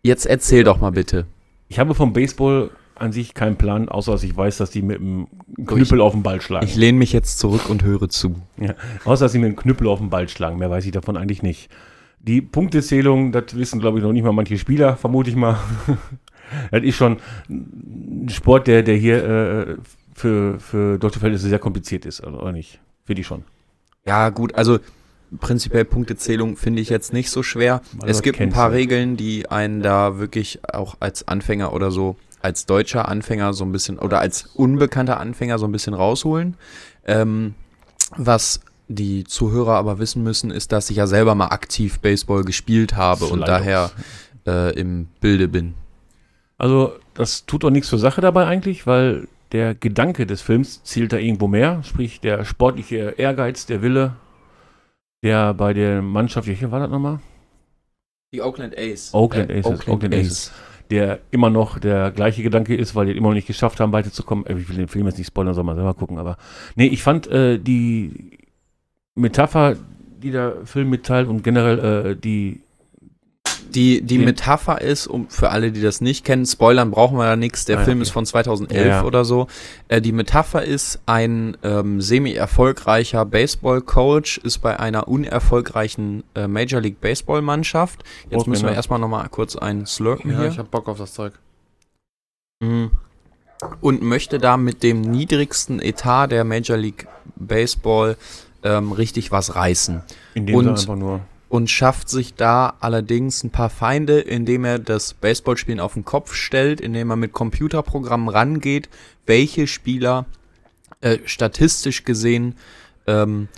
S1: jetzt erzähl doch mal bitte.
S3: ich habe vom Baseball an sich keinen Plan, außer dass ich weiß, dass die mit dem Knüppel auf den Ball schlagen.
S1: Ich lehne mich jetzt zurück und höre zu.
S3: Ja, außer dass sie mit dem Knüppel auf den Ball schlagen. Mehr weiß ich davon eigentlich nicht. Die Punktezählung, das wissen, glaube ich, noch nicht mal manche Spieler, vermute ich mal. *laughs* das ist schon ein Sport, der, der hier äh, für, für deutsche Verhältnisse sehr kompliziert ist, also, oder nicht? Für die schon.
S1: Ja, gut, also prinzipiell Punktezählung finde ich jetzt nicht so schwer.
S3: Weil
S1: es
S3: du
S1: gibt ein
S3: Also kennst
S1: paar
S3: sie.
S1: Regeln, die einen da wirklich auch als Anfänger oder so, als deutscher Anfänger so ein bisschen oder als unbekannter Anfänger so ein bisschen rausholen. Ähm, was die Zuhörer aber wissen müssen, ist, dass ich ja selber mal aktiv Baseball gespielt habe und
S3: Slide-ups.
S1: daher äh, im Bilde bin.
S3: Also, das tut doch nichts zur Sache dabei eigentlich, weil der Gedanke des Films zielt da irgendwo mehr. Sprich, der sportliche Ehrgeiz, der Wille, der bei der Mannschaft, hier war das nochmal?
S1: Die Oakland Ace.
S3: Oakland Aces. Oakland Aces. Der immer noch der gleiche Gedanke ist, weil die immer noch nicht geschafft haben, weiterzukommen. Äh, Ich will den Film jetzt nicht spoilern, soll man selber gucken, aber. Nee, ich fand äh, die Metapher, die der Film mitteilt und generell äh, die
S1: Die, die
S3: Den-
S1: Metapher ist, um, für alle, die das nicht kennen, Spoilern brauchen wir da nichts, der
S3: Ah, ja,
S1: Film
S3: okay.
S1: ist von 2011
S3: Ja, ja.
S1: oder so. Äh, die Metapher ist, ein ähm, semi-erfolgreicher Baseball-Coach ist bei einer unerfolgreichen äh, Major League Baseball-Mannschaft. Jetzt
S3: Braucht mir
S1: müssen wir
S3: noch-
S1: erstmal nochmal kurz einen Slurpen
S2: Ja,
S1: hier.
S2: ich hab Bock auf das Zeug.
S1: Mhm. Und möchte da mit dem niedrigsten Etat der Major League Baseball ähm, richtig was reißen.
S3: in dem
S1: Und-
S3: Sinne einfach nur.
S1: Und schafft sich da allerdings ein paar Feinde, indem er das Baseballspielen auf den Kopf stellt, indem er mit Computerprogrammen rangeht, welche Spieler äh, statistisch gesehen ähm,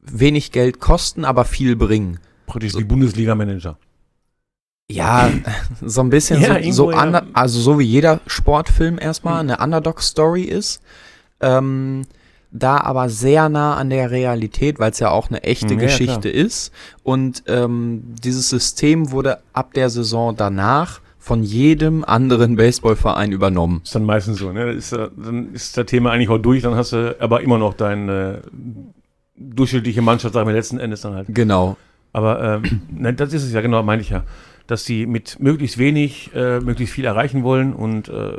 S1: wenig Geld kosten, aber viel bringen.
S3: Praktisch die Bundesliga-Manager.
S1: Ja, *laughs* so ein bisschen
S3: *laughs* Ja,
S1: so, so
S3: irgendwo, ja. Hm.
S1: under, also so wie jeder Sportfilm erstmal eine Underdog-Story ist. Ähm, da aber sehr nah an der Realität, weil es ja auch eine echte
S3: Mhm, ja,
S1: Geschichte ist. Und ähm, dieses System wurde ab der Saison danach von jedem anderen Baseballverein übernommen.
S3: Ist dann meistens so, ne? Ist, äh, dann ist das Thema eigentlich auch durch, dann hast du aber immer noch deine durchschnittliche Mannschaft, sagen wir letzten Endes dann halt.
S1: Genau.
S3: Aber ähm, *clears throat* nein, das ist es ja, genau, meine ich ja. Dass sie mit möglichst wenig, äh, möglichst viel erreichen wollen und äh,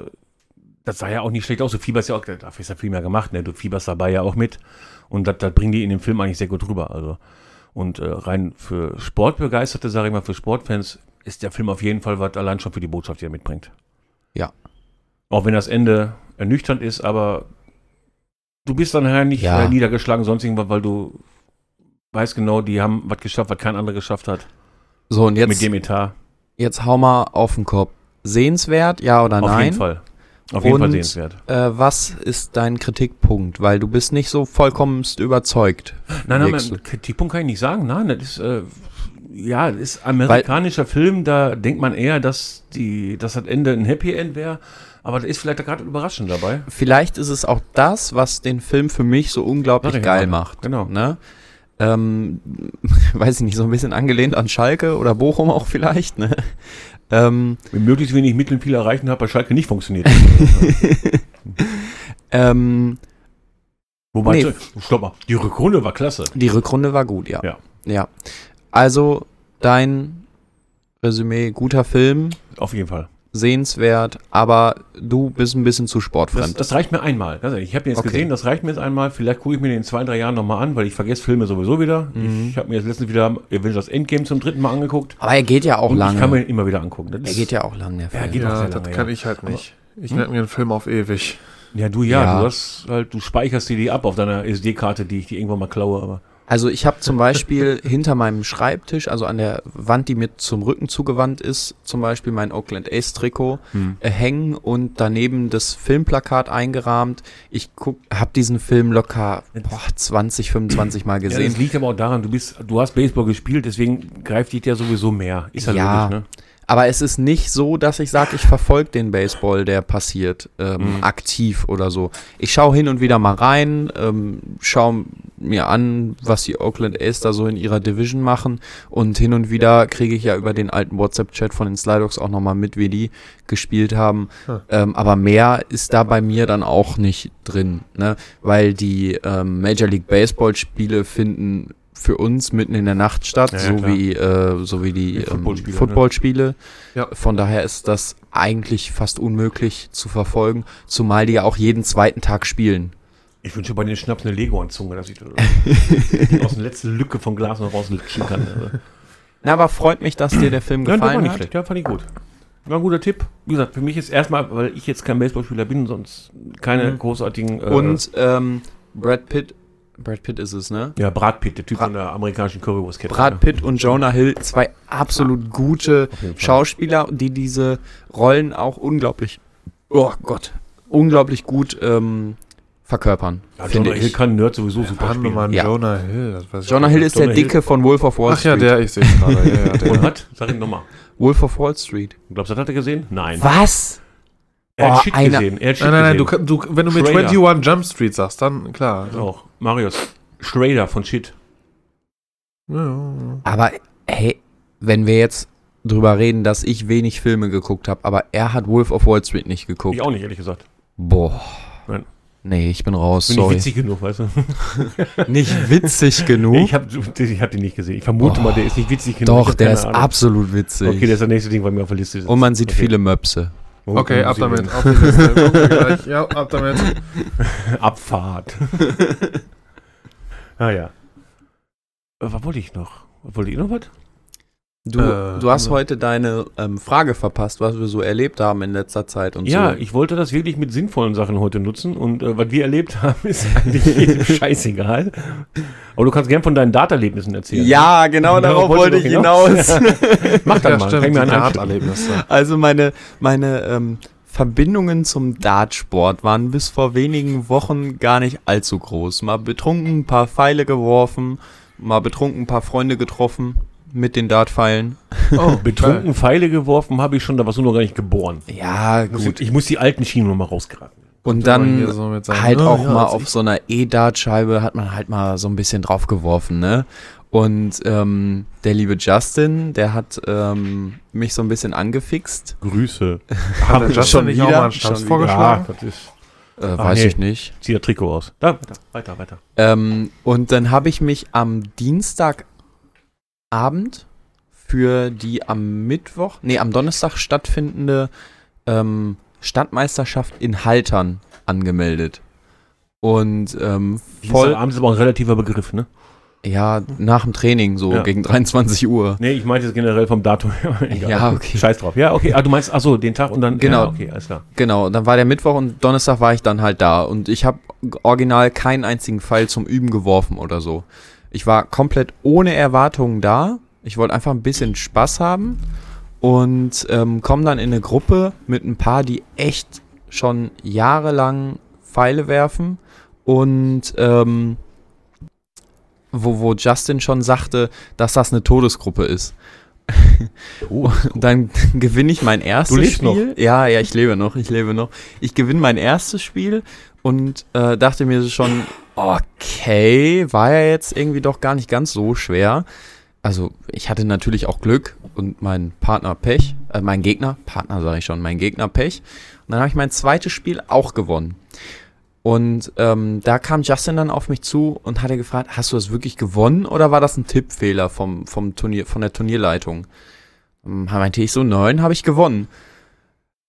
S3: das sah ja auch nicht schlecht aus. Du fieberst ja auch, dafür ist ja viel mehr gemacht, ne? Du fieberst dabei ja auch mit. Und das, das bringen die in dem Film eigentlich sehr gut rüber. Also. Und äh, rein für Sportbegeisterte, sage ich mal, für Sportfans, ist der Film auf jeden Fall was allein schon für die Botschaft, die er mitbringt.
S1: Ja.
S3: Auch wenn das Ende ernüchternd ist, aber du bist dann halt nicht
S1: Ja.
S3: äh, niedergeschlagen, sonst irgendwas, weil du weißt genau, die haben was geschafft, was kein anderer geschafft hat.
S1: So, und
S3: mit
S1: jetzt,
S3: dem Etat.
S1: jetzt hau mal auf den Kopf. Sehenswert, ja oder
S3: Auf
S1: nein?
S3: jeden Fall. Auf jeden Fall
S1: Und-
S3: sehenswert.
S1: Äh, was ist dein Kritikpunkt? Weil du bist nicht so vollkommenst überzeugt.
S3: Nein, nein,
S1: Wirkst
S3: mein, Kritikpunkt kann ich nicht sagen. Nein, das ist, äh, ja, das ist amerikanischer Film, da denkt man eher, dass, die, dass das Ende ein Happy End wäre. Aber da ist vielleicht gerade überraschend dabei.
S1: vielleicht ist es auch das, was den Film für mich so
S3: Sag
S1: unglaublich
S3: ich
S1: geil
S3: gerade.
S1: macht.
S3: Genau.
S1: Ne? Ähm, *laughs* weiß ich nicht, so ein bisschen angelehnt an Schalke oder Bochum auch vielleicht. Ne? Ähm,
S3: Mit möglichst wenig Mitteln viel erreichen hat bei Schalke nicht funktioniert.
S1: ähm,
S3: Wobei,
S1: Nee.
S3: zu- stopp mal, die Rückrunde war klasse.
S1: die Rückrunde war gut, ja.
S3: Ja.
S1: ja. Also dein Resümee, guter Film,
S3: Auf jeden Fall.
S1: sehenswert, aber du bist ein bisschen zu
S3: Das,
S1: sportfremd.
S3: das reicht mir einmal. Ganz ehrlich, Ich habe ihn jetzt
S1: Okay.
S3: gesehen, das reicht mir jetzt einmal. Vielleicht gucke ich mir den in zwei, drei Jahren nochmal an, weil ich vergesse Filme sowieso wieder. Ich habe mir jetzt letztens wieder Avengers Endgame zum dritten Mal angeguckt.
S1: aber er geht ja auch
S3: Und ich kann mir
S1: lange.
S3: den immer wieder angucken. Das
S1: Er
S3: ist-
S1: geht ja auch lang, der Film.
S3: Ja, geht auch
S2: Ja,
S3: sehr
S2: das
S3: lange,
S2: kann
S3: ja.
S2: ich halt nicht. Ich merke mir einen Film auf ewig.
S3: Ja, du ja,
S1: Ja.
S3: du hast halt, du speicherst die die ab auf deiner SD-Karte, die ich dir irgendwann mal klaue, aber
S1: Also ich habe zum Beispiel *laughs* hinter meinem Schreibtisch, also an der Wand, die mir zum Rücken zugewandt ist, zum Beispiel mein Oakland Ace Trikot
S3: Hm.
S1: äh, hängen und daneben das Filmplakat eingerahmt. Ich guck, habe diesen Film locker boah, 20, 25 Mal
S3: ja, das
S1: gesehen.
S3: liegt aber auch daran, du bist, du hast Baseball gespielt, deswegen greift dich ja sowieso mehr. Ist ja,
S1: Ja.
S3: logisch, ne?
S1: Aber es ist nicht so, dass ich sage, ich verfolge den Baseball, der passiert, ähm,
S3: Mhm.
S1: aktiv oder so. Ich schaue hin und wieder mal rein, ähm, schaue mir an, was die Oakland A's da so in ihrer Division machen. Und hin und wieder kriege ich ja über den alten WhatsApp-Chat von den Slidogs auch nochmal mit, wie die gespielt haben.
S3: Hm.
S1: Ähm, aber mehr ist da bei mir dann auch nicht drin, ne? weil die ähm, Major League Baseball-Spiele finden für uns mitten in der Nacht statt,
S3: Ja, ja,
S1: so,
S3: klar.
S1: wie, äh, so wie die
S3: Wie
S1: ähm,
S3: Footballspiele, ne?
S1: Footballspiele.
S2: Ja.
S1: Von daher ist das eigentlich fast unmöglich zu verfolgen, zumal die ja auch jeden zweiten Tag spielen.
S3: Ich wünsche bei den Schnaps eine Lego-Anzunge, dass ich
S1: *laughs*
S3: aus der letzten Lücke vom Glas noch rauslutschen kann. Also.
S1: Na, aber freut mich, dass dir der Film
S3: *clears throat* Nein, der war
S1: gefallen
S3: nicht
S1: hat.
S3: schlecht. Ja, fand ich gut. War ein guter Tipp. Wie gesagt, für mich ist erstmal, weil ich jetzt kein Baseballspieler bin, sonst keine großartigen. Äh,
S1: Mhm. Und ähm, Brad Pitt, Brad Pitt ist es, ne?
S3: Ja, Brad Pitt, der Typ
S1: Bra-
S3: von der amerikanischen Currywurstkette. ne?
S1: Brad Pitt und Jonah Hill, zwei absolut gute
S3: jeden Fall.
S1: Schauspieler, die diese Rollen auch unglaublich, oh Gott, unglaublich gut ähm, verkörpern,
S3: Ja,
S1: finde
S3: Jonah Hill
S1: ich.
S3: kann Nerd sowieso super
S2: Haben wir
S3: spielen.
S2: mal einen
S1: Ja.
S2: Jonah Hill. Das weiß ich
S1: Jonah
S2: nicht.
S1: Hill ist der
S3: Jonah Hill.
S1: Dicke von Wolf of Wall
S2: Ach ja,
S1: Street.
S2: der, ich sehe gerade. Ja, ja, der.
S3: Und was? Sag ihn nochmal.
S1: Wolf of Wall Street.
S3: Glaubst du, das hat er gesehen? Nein.
S1: Was?
S3: Er hat
S1: Oh,
S3: Shit
S1: einer-
S3: gesehen. Er hat Shit
S2: Nein, nein, nein, du,
S3: gesehen.
S2: kann- du, wenn du mir
S3: Trailer. Oh.
S2: 21 Jump Street sagst, dann klar. Ja,
S3: auch. Marius. Schrader von Shit.
S2: ja.
S1: Aber hey, wenn wir jetzt drüber reden, dass ich wenig Filme geguckt habe, aber er hat Wolf of Wall Street nicht geguckt.
S3: Ich auch nicht, ehrlich gesagt.
S1: Boah.
S3: Nein.
S1: Nee, ich bin raus.
S3: Bin
S1: sorry.
S3: ich witzig genug, weißt du?
S1: *laughs* Nicht witzig genug.
S3: Ich habe ich hab den nicht gesehen. Ich vermute
S1: Oh.
S3: mal, der ist nicht witzig genug. Ich
S1: Doch,
S3: hab
S1: der
S3: keine
S1: ist
S3: Ahnung.
S1: absolut witzig.
S3: Okay, das ist der nächste Ding, was mir auf der Liste ist.
S1: Und man sieht
S3: okay. Oh,
S1: viele Möpse.
S2: Okay, ab
S3: Musik-
S2: damit. Auf die Liste. Gucken wir gleich. Ja, ab damit.
S3: *laughs*
S1: *laughs*
S3: Abfahrt. ah ja. Äh, Was wollte ich noch? Wollte ich noch was?
S1: Du,
S2: Äh,
S1: du hast
S2: also-
S1: heute deine ähm, Frage verpasst, was wir so erlebt haben in letzter Zeit und
S3: Ja,
S1: so.
S3: ich wollte das wirklich mit sinnvollen Sachen heute nutzen und äh, was wir erlebt *laughs* haben,
S1: *laughs*
S3: ist eigentlich *laughs* jedem scheißegal. Aber du kannst gern von deinen Dataerlebnissen erzählen.
S1: Ja, genau darauf wollte ich
S3: du doch
S1: hinaus.
S3: *laughs* Mach dann mal, kann ich mir einen einstellen. *laughs*
S2: Erlebnisse.
S1: Also meine, meine ähm, Verbindungen zum Dartsport waren bis vor wenigen Wochen gar nicht allzu groß. Mal betrunken, ein paar Pfeile geworfen, mal betrunken, ein paar Freunde getroffen mit den Dartpfeilen.
S2: Oh,
S3: Betrunken Pfeile geworfen habe ich schon, da warst du noch gar nicht geboren.
S1: Ja,
S3: Muss ich- Ich muss die alten Schienen nochmal rausgraben.
S1: Und
S2: hier
S1: dann
S2: so mit seinem-
S1: halt
S2: Oh,
S1: auch
S2: ja,
S1: mal
S2: als
S1: auf
S2: ich-
S1: so einer E-Dart-Scheibe hat man halt mal so ein bisschen drauf geworfen, ne? Und ähm, der liebe Justin, der hat ähm, mich so ein bisschen angefixt.
S3: Grüße.
S2: Hat der Justin
S1: schon
S2: nicht auch
S1: wieder?
S2: mal einen Schnaps
S1: Schon
S3: Ja,
S2: vorgeschlagen?
S3: das ist.
S1: Äh,
S3: Ach,
S1: weiß
S3: nee.
S1: ich nicht.
S3: Zieh das Trikot aus. Da, weiter, weiter, weiter.
S1: Ähm, und dann habe ich mich am Dienstagabend für die am Mittwoch, nee, am Donnerstag stattfindende ähm, Stadtmeisterschaft in Haltern angemeldet. Und ähm, voll,
S3: Abends ist aber auch ein relativer Begriff, ne?
S1: ja, nach dem Training so
S3: Ja.
S1: gegen *laughs* 23 Uhr.
S3: Nee, ich meinte es generell vom Datum her. *laughs* Egal.
S1: Ja, okay.
S3: Scheiß drauf. Ja, okay. Ah, du meinst, achso, den Tag und dann.
S1: Genau.
S3: Ja, okay, alles klar.
S1: Genau, dann war der Mittwoch und Donnerstag war ich dann halt da und ich habe original keinen einzigen Pfeil zum Üben geworfen oder so. Ich war komplett ohne Erwartungen da. Ich wollte einfach ein bisschen Spaß haben und ähm, komme dann in eine Gruppe mit ein paar, die echt schon jahrelang Pfeile werfen und ähm, wo, wo Justin schon sagte, dass das eine Todesgruppe ist.
S3: *laughs* Oh,
S1: Dann *laughs* gewinne ich mein erstes
S3: Du lebst
S1: Spiel. Ja, ja, ich lebe noch, ich lebe noch. Ich gewinne mein erstes Spiel und äh, dachte mir schon, okay, war ja jetzt irgendwie doch gar nicht ganz so schwer. Also ich hatte natürlich auch Glück und mein Partner Pech, äh, mein Gegner, Partner sage ich schon, mein Gegner Pech. Und dann habe ich mein zweites Spiel auch gewonnen. Und ähm, da kam Justin dann auf mich zu und hatte gefragt, hast du das wirklich gewonnen oder war das ein Tippfehler vom, vom Turnier, von der Turnierleitung? Ähm, meinte ich so, neun habe ich gewonnen.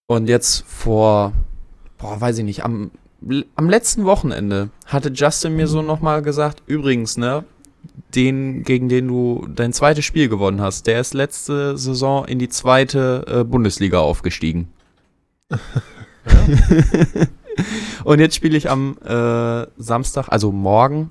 S1: Und jetzt vor, boah, weiß ich nicht, am, am letzten Wochenende hatte Justin mir so nochmal gesagt, übrigens, ne, den, gegen den du dein zweites Spiel gewonnen hast, der ist letzte Saison in die zweite äh, Bundesliga aufgestiegen. Und jetzt spiele ich am äh, Samstag, also morgen,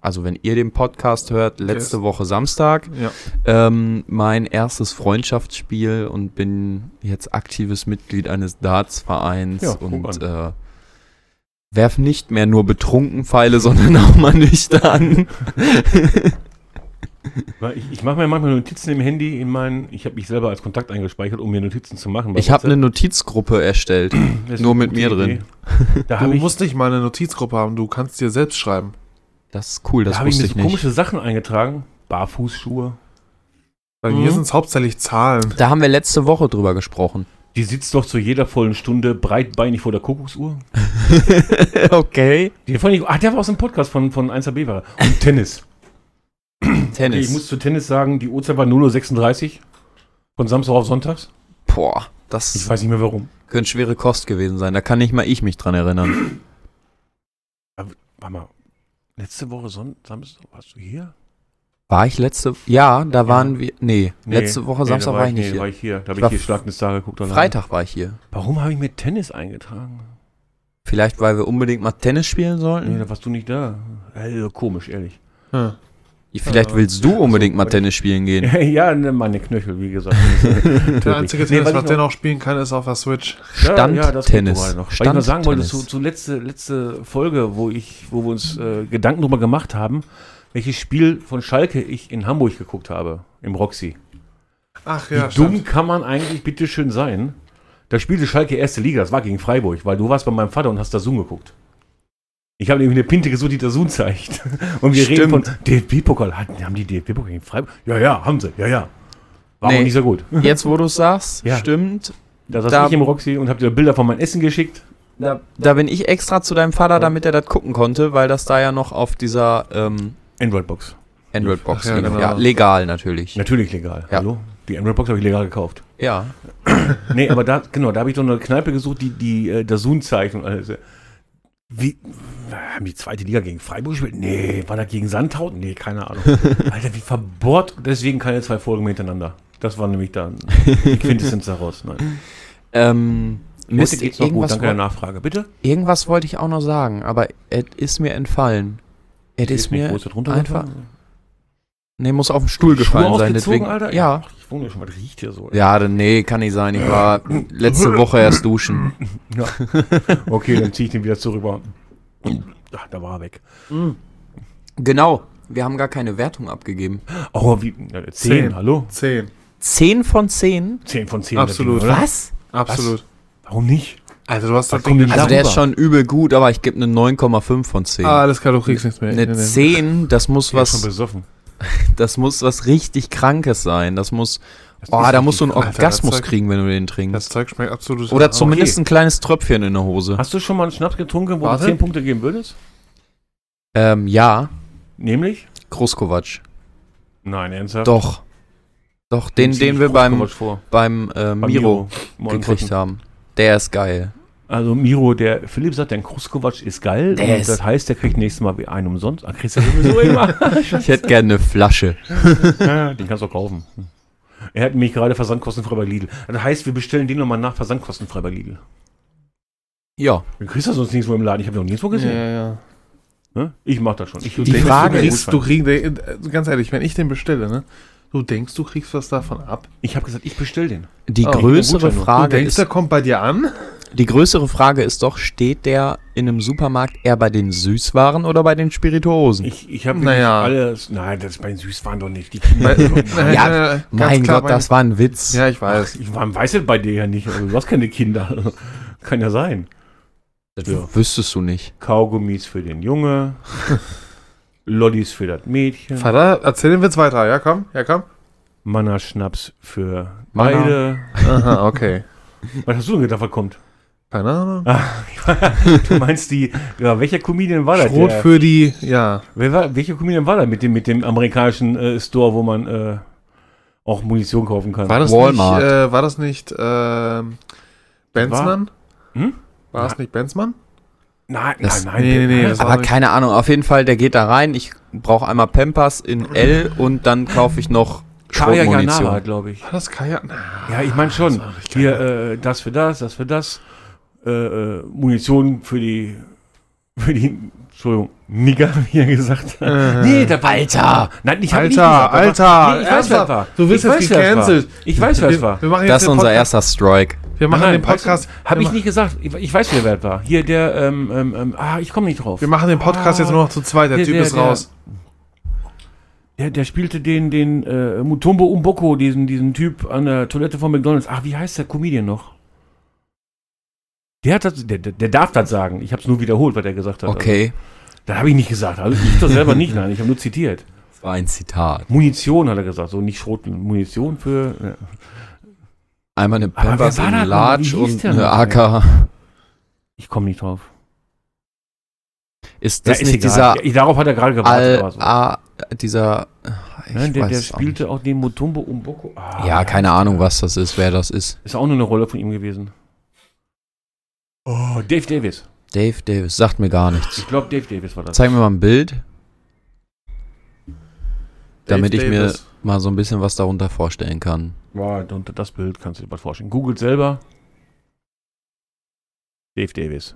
S1: also wenn ihr den Podcast hört, letzte
S2: Yes.
S1: Woche Samstag,
S2: Ja.
S1: ähm, mein erstes Freundschaftsspiel und bin jetzt aktives Mitglied eines Darts-Vereins
S3: Ja, guck
S1: und äh, werf nicht mehr nur betrunken Pfeile, *laughs* sondern auch mal nüchtern.
S3: Weil ich, ich mache mir manchmal Notizen im Handy in meinen. Ich habe mich selber als Kontakt eingespeichert, um mir Notizen zu machen. bei
S1: Ich habe eine
S3: WhatsApp.
S1: Notizgruppe
S3: *clears throat*
S1: erstellt.
S3: Das ist
S1: nur
S3: eine
S1: mit
S3: gute
S1: mir
S3: Idee. Da
S2: Du
S3: habe ich,
S2: musst nicht mal eine Notizgruppe haben, du kannst dir selbst schreiben.
S1: Das ist cool,
S3: da
S1: das
S3: hab ich
S1: wusste
S3: mir
S1: ich,
S3: so
S1: nicht.
S3: komische Sachen eingetragen. Barfußschuhe.
S2: Bei
S3: Mhm.
S2: mir sind es
S3: *laughs*
S2: hauptsächlich Zahlen.
S1: Da haben wir letzte Woche drüber gesprochen.
S3: Die sitzt doch zu jeder vollen Stunde breitbeinig vor der Kuckucksuhr.
S1: okay.
S3: Den fand ich, ach, der war aus dem Podcast von, von 1AB war.
S1: *laughs*
S3: er. Und Tennis. Okay, ich muss zu Tennis sagen, die Uhrzeit war 0.36 Uhr. Von Samstag auf Sonntags.
S1: Boah,
S3: Ich
S1: das
S3: weiß nicht mehr warum.
S1: könnte schwere Kost gewesen sein. Da kann nicht mal ich mich dran erinnern.
S3: Warte mal. Letzte Woche Son Samstag warst du hier?
S1: War ich letzte Ja, da waren wir. Nee,
S3: Nee,
S1: letzte Woche
S3: nee,
S1: Samstag
S3: da
S1: war ich nicht
S3: nee, Da
S1: hier.
S3: war ich hier. Da
S1: Ich
S3: habe
S1: war
S3: ich hier
S1: f-
S3: Schlag des Tages geguckt. alleine.
S1: Freitag war ich hier.
S3: Warum habe ich mir Tennis eingetragen?
S1: Vielleicht, Mhm. weil wir unbedingt mal Tennis spielen sollten?
S3: Nee, da warst du nicht da. Also, komisch, Äh, ehrlich.
S2: Hm.
S7: Vielleicht willst du unbedingt mal Tennis spielen gehen.
S3: also, *laughs* ja, ne, meine Knöchel, wie
S1: *laughs*
S3: gesagt.
S2: Der einzige
S3: Nee,
S2: Tennis,
S3: weil
S2: was
S3: ich
S2: der
S3: noch-
S2: noch spielen kann, ist auf der Switch.
S3: Stand Ja, das geht
S7: Tennis.
S3: gerade noch. Weil ich
S7: Stand
S3: noch sagen wollte,
S7: Tennis.
S3: zu, zu letzte, letzte Folge, wo, ich, wo wir uns äh, Gedanken darüber gemacht haben, welches Spiel von Schalke ich in Hamburg geguckt habe, im Roxy.
S2: Ach
S3: Wie
S2: ja,
S3: dumm
S2: stimmt.
S3: kann man eigentlich bitte schön sein? Da spielte Schalke erste Liga, das war gegen Freiburg, weil du warst bei meinem Vater und hast da Zoom geguckt. Ich habe nämlich eine Pinte gesucht, die da Zoom zeigt. *laughs* Und wir reden von DFB-Pokal. Hatten- Haben die DFB-Pokal gegen Freiburg? Ja, ja, haben sie. Ja, ja. War
S1: Nee.
S3: auch nicht so gut. *laughs*
S1: Jetzt, wo du es sagst,
S3: Ja.
S1: stimmt.
S3: Da saß
S1: Da-
S3: ich im Roxy und habe dir Bilder von meinem Essen geschickt.
S1: Da, da bin ich extra zu deinem Vater, damit er das gucken konnte, weil das da ja noch auf dieser ähm,
S3: Android-Box.
S1: Android-Box
S2: Ach ja,
S1: lief.
S2: genau.
S1: Ja, legal natürlich.
S3: Natürlich legal.
S1: Ja.
S3: Hallo? Die Android Box habe ich legal gekauft.
S1: Ja.
S3: Nee, aber
S1: *laughs*
S3: da, genau, da habe ich doch eine Kneipe gesucht, die, die äh, das Zoom-Zeichen und alles. Wie, haben die zweite Liga gegen Freiburg gespielt? Nee, war das gegen Sandhausen? Nee, keine
S1: *laughs*
S3: Ahnung. Alter, wie verbohrt. Deswegen keine zwei Folgen mehr hintereinander. Das war
S1: *laughs*
S3: nämlich dann die Quintessenz daraus. Nein.
S1: Ähm, Mist,
S3: Heute geht's noch gut,
S1: irgendwas,
S3: danke der
S1: woll-
S3: Nachfrage. Bitte?
S1: irgendwas wollte ich auch noch sagen, aber es ist mir entfallen. Es ist mir
S3: Wo ist das
S1: einfach.
S3: runtergefallen?
S1: Nee, muss auf den Stuhl gefallen
S3: Schuhe
S1: sein.
S3: ausgezogen,
S1: Deswegen,
S3: Alter?
S1: Ja.
S3: Ach, ich wundere schon, was riecht hier so?
S1: Ja, dann- nee, kann nicht sein. Ich
S3: *laughs*
S1: war letzte Woche erst duschen.
S3: Okay, dann ziehe ich den wieder zurück.
S1: *laughs*
S3: Ach, da war er weg.
S1: Genau. Wir haben gar keine Wertung abgegeben.
S3: Oh, wie. Ja, zehn,
S2: Zehn.
S3: hallo?
S2: 10.
S1: 10 von 10?
S3: 10 von 10.
S2: Absolut.
S3: Oder?
S1: Was?
S2: Absolut.
S3: Warum nicht?
S2: Also du hast
S3: Was
S2: das Ding
S3: kommt denn
S2: geschafft.
S1: Also der ist
S3: Darüber.
S1: schon übel gut, aber ich gebe eine 9,5 von 10.
S2: Ah, alles klar, du kriegst nichts mehr.
S1: eine
S2: Nee, nee.
S1: 10, das muss
S3: schon
S1: was,
S3: besoffen.
S1: das muss was richtig Krankes sein. Das muss,
S3: Das
S1: oh,
S3: ist
S1: da
S3: richtig
S1: musst du einen
S3: krank.
S2: Alter, das
S1: Orgasmus
S2: Zeug-
S1: kriegen, wenn du den trinkst.
S2: Das Zeug schmeckt absolut.
S1: Oder zumindest ein kleines Tröpfchen in der Hose.
S3: Hast du schon mal einen Schnaps getrunken, wo
S2: Warte.
S3: du 10 Punkte geben würdest?
S1: Ähm, ja,
S3: Nämlich?
S1: Großkowatsch.
S3: Nein, ernsthaft.
S1: Doch. Doch, den,
S3: zieh
S1: den
S3: ich
S1: wir beim,
S3: Großkopf vor.
S1: beim äh,
S3: Bei
S1: Miro
S3: Morgen
S1: gekriegt
S3: gucken.
S1: haben. Der ist geil.
S3: Also Miro, der Philipp sagt, dein Kruskovac ist geil.
S1: Der
S3: und
S1: ist-
S3: das heißt, der kriegt nächstes Mal wie einen umsonst. Ah, kriegst du ja sowieso *laughs* immer.
S1: Ich hätte gerne eine Flasche.
S3: den kannst du auch kaufen. Er hat mich gerade versandkostenfrei bei Lidl. Das heißt, wir bestellen den nochmal nach versandkostenfrei bei Lidl.
S1: Ja.
S3: Du kriegst das sonst nirgendwo im Laden. Ich habe noch nirgendwo
S2: Ja,
S3: gesehen.
S2: ja.
S3: Ne? Ich mach das schon. Ich,
S1: Die
S2: denkst,
S1: Frage
S2: du
S1: ist-
S2: kriegst, du kriegst, äh, ganz ehrlich, wenn ich den bestelle, ne, du denkst, du kriegst was davon ab.
S3: ich habe gesagt, ich bestell den.
S1: Die
S2: Oh,
S1: größere
S3: guter Not.
S2: Du
S1: Frage
S2: denkst, der
S1: ist,
S2: kommt bei
S1: *laughs*
S2: dir an?
S1: die größere Frage ist doch, steht der in einem Supermarkt eher bei den Süßwaren oder bei den Spirituosen?
S3: Ich, ich habe
S2: Naja.
S3: alles. Nein, das ist bei den Süßwaren doch nicht. Die
S1: *laughs*
S2: Weil-
S1: Ja,
S2: *laughs* äh, ganz
S1: mein
S2: klar,
S1: Gott, das war ein Witz.
S2: Ja, ich weiß.
S3: Ich war- weiß es bei dir ja nicht. Also, du hast keine Kinder. *laughs* Kann ja sein.
S1: das
S3: ja.
S1: wüsstest du nicht.
S3: Kaugummis für den Junge. Lollis für das Mädchen.
S2: Vater, erzähl den Witz weiter. Ja, komm, ja, komm.
S3: Mannerschnaps für
S1: Manner.
S3: beide.
S2: Aha, okay.
S3: Was hast du denn gedacht, was kommt? *laughs*
S2: Keine Ahnung.
S3: Du meinst die, ja, welcher Comedian war das?
S2: Schrot
S3: der-
S2: für die, ja.
S3: Wer war, welcher Comedian war das mit dem, mit dem amerikanischen äh, Store, wo man äh, auch Munition kaufen kann?
S2: War das
S1: Walmart.
S2: nicht, äh, war das nicht, ähm, Benzmann?
S3: Hm?
S2: War es nicht Benzmann?
S3: Nein, nein,
S1: Das-
S3: nein.
S2: nee, nee, nee, das war
S1: Aber
S2: nicht-
S1: keine Ahnung, auf jeden Fall, der geht da rein. Ich brauche einmal Pampers in L und dann kaufe ich noch
S3: Kaya
S1: Schrotmunition.
S3: Ganara, glaube ich.
S2: War das Kaya? Na,
S3: Ja, ich meine schon.
S2: Ah, war richtig
S3: Hier, äh, das für das, das für das. Äh, äh, Munition für die, für die, Entschuldigung, Nigger, wie er gesagt hat. Nee, der Walter. Nein, ich hab
S2: Äh, Alter,
S3: nicht gesagt, aber-
S2: Alter,
S3: Nee, ich weiß, wer es
S2: ernsthaft?
S3: war.
S2: Du
S3: Ich
S2: wirst jetzt
S3: weiß, wer es war.
S2: gecancelt.
S3: Ich weiß, wer es war.
S2: Wir machen
S1: Das
S2: jetzt
S1: ist
S2: den
S1: unser
S2: Podcast.
S1: erster Strike.
S2: Wir machen
S3: Nein,
S2: den Podcast.
S3: Habe
S2: wir
S3: ich
S2: ma-
S3: nicht gesagt. Ich, ich weiß, wer wer es war. Hier der, ähm, ähm, ähm, ah, ich komme nicht drauf.
S2: Wir machen den Podcast
S3: Ah,
S2: jetzt nur noch zu zweit. Der,
S3: der-
S2: Typ
S3: der-
S2: ist
S3: der-
S2: raus.
S3: Der, der spielte den, den äh, Mutombo Umboko, diesen, diesen Typ an der Toilette von McDonalds. Ach, wie heißt der Comedian noch? Der, hat das, der, der der darf das sagen. Ich habe es nur wiederholt, was er gesagt hat.
S1: Okay.
S3: Also, das habe ich nicht gesagt. Also ich doch selber nicht, nein. Ich habe nur zitiert.
S1: Das war ein Zitat.
S3: Munition hat er gesagt, so nicht Schroten. Munition für. Ja.
S1: Einmal eine
S3: Aber wer
S1: Pampers
S3: war
S1: in
S3: das noch? Wie
S1: Large
S3: hieß
S1: und
S3: der
S1: eine
S3: noch,
S1: AK.
S3: Ich komme nicht drauf.
S1: Ist das
S3: Ja,
S1: nicht
S3: egal.
S1: dieser
S3: Ja, darauf hat er gerade gewartet. aber
S1: Al...
S3: so.
S1: A, dieser... Ich
S3: Nein, der, der
S1: es auch nicht.
S3: spielte auch den Mutombo Umboko. Ah,
S1: Ja, keine Ahnung, was das ist, wer das ist.
S3: Ist auch nur eine Rolle von ihm gewesen. Oh, Dave Davis.
S1: Dave Davis, sagt mir gar nichts.
S3: Ich glaube, Dave Davis war das.
S1: Zeig mir mal ein Bild, damit
S2: Dave
S1: ich
S2: Davis.
S1: mir mal so ein bisschen was darunter vorstellen kann.
S3: Boah, unter das Bild kannst du dir was vorstellen. Googelt selber. Dave Davis.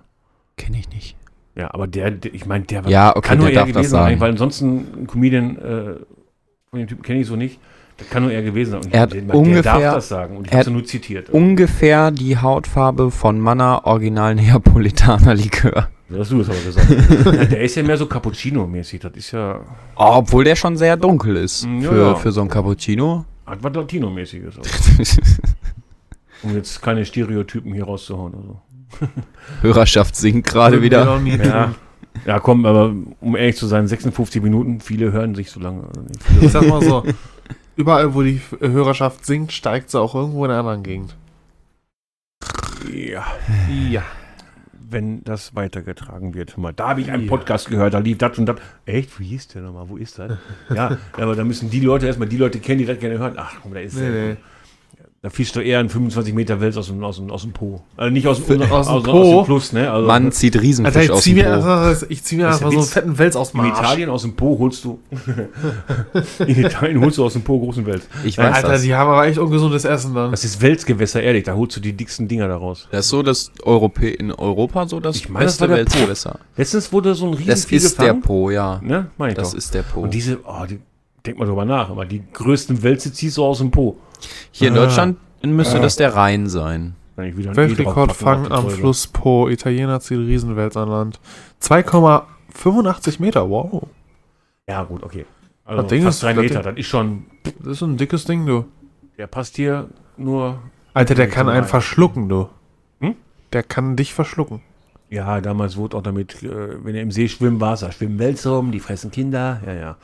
S1: Kenne ich nicht.
S3: Ja, aber der, der ich meine, der
S1: Ja, okay,
S3: kann nur
S1: der
S3: er
S1: darf das
S3: gewesen sein,
S1: sagen.
S3: weil ansonsten ein Comedian äh, von dem Typen kenne ich so nicht. Das kann nur er gewesen sein. Und ich
S1: Er
S3: hab
S1: hat
S3: den-
S1: ungefähr-
S3: der darf das sagen und ich
S1: er
S3: habe
S1: hat
S3: nur zitiert. Also,
S1: Ungefähr die Hautfarbe von Manna Original *laughs* Neapolitaner Likör.
S3: Das hast du jetzt aber gesagt.
S1: *laughs*
S3: ja, der ist ja mehr so Cappuccino-mäßig. Das ist ja
S1: Ah, Obwohl der schon sehr dunkel ist
S3: Mm, ja,
S1: für,
S3: ja.
S1: für so ein Cappuccino. *laughs*
S3: hat was Latino-mäßiges. auch. Um jetzt keine Stereotypen hier rauszuhauen. Also.
S1: Hörerschaft sinkt gerade wieder.
S2: Genau, nie
S3: Ja. ja, komm, aber um ehrlich zu sein, 56 Minuten, viele hören sich so lange. Also nicht.
S2: Ich sag mal
S1: *laughs*
S2: so, überall, wo die Hörerschaft singt, steigt sie auch irgendwo in einer anderen Gegend.
S3: Ja.
S2: Ja.
S3: wenn das weitergetragen wird. Hör Mal, da habe ich einen Podcast gehört, da lief das und das. Echt? Wie hieß der nochmal? Wo ist
S2: *laughs*
S3: das? ja, aber da müssen die Leute erstmal die Leute kennen, die das gerne hören. Ach, komm, da ist
S2: Nee,
S3: der.
S2: nee.
S3: Da fischst du eher einen 25 Meter Wels aus dem, aus dem, aus dem Po. Also nicht *laughs* aus, dem
S2: aus dem
S3: aus,
S2: Po?
S3: aus dem Fluss, ne? Also
S1: Mann zieht
S2: Alter,
S1: Riesenfisch
S2: ich
S1: aus
S2: zieh
S1: dem
S2: mir
S1: Po.
S2: erstmal, ich zieh mir
S3: Das ist der
S2: erstmal so einen
S3: Witz.
S2: fetten Wels aus dem
S3: in
S2: Arsch.
S3: Italien aus dem Po holst du. *laughs* in Italien holst du aus dem Po großen Wels.
S1: Ich weiß
S2: Alter,
S1: das.
S2: die haben aber echt ungesundes Essen dann.
S3: Das ist Welsgewässer, ehrlich. Da holst du die dicksten Dinger daraus.
S1: Das ist so, dass Europä in Europa so das
S3: Ich meine, das war der Po.
S1: Weltgewässer.
S3: Letztens wurde so ein riesen
S1: Das
S3: Vieh
S1: ist der
S3: gefangen.
S1: Po, ja.
S3: Ne? Mein ich
S1: Das
S3: doch.
S1: ist der Po.
S3: Und diese, oh, die, denk mal drüber nach, aber die größten Wälze ziehst du aus dem Po.
S1: Hier in
S3: Ah.
S1: Deutschland müsste das der Rhein sein.
S3: Kann ich wieder ein E
S2: Weltrekord
S3: draufpacken auf die
S2: fangen am
S3: Folge.
S2: Fluss Po. Italiener ziehen Riesenwels an Land. 2,85 Meter, wow.
S3: Ja, gut, okay. Also
S2: Das Ding
S3: fast
S2: ist-
S3: drei
S2: das
S3: Meter,
S2: Ding-
S3: das ist schon,
S2: Das ist ein dickes Ding, du.
S3: der passt hier nur,
S2: Alter, der kann einen
S3: Nein.
S2: verschlucken, du.
S3: Hm?
S2: Der kann dich verschlucken.
S3: ja, damals wurde auch damit, äh, wenn ihr im See schwimmen warst, da schwimmen Wälze rum, die fressen Kinder, ja, ja,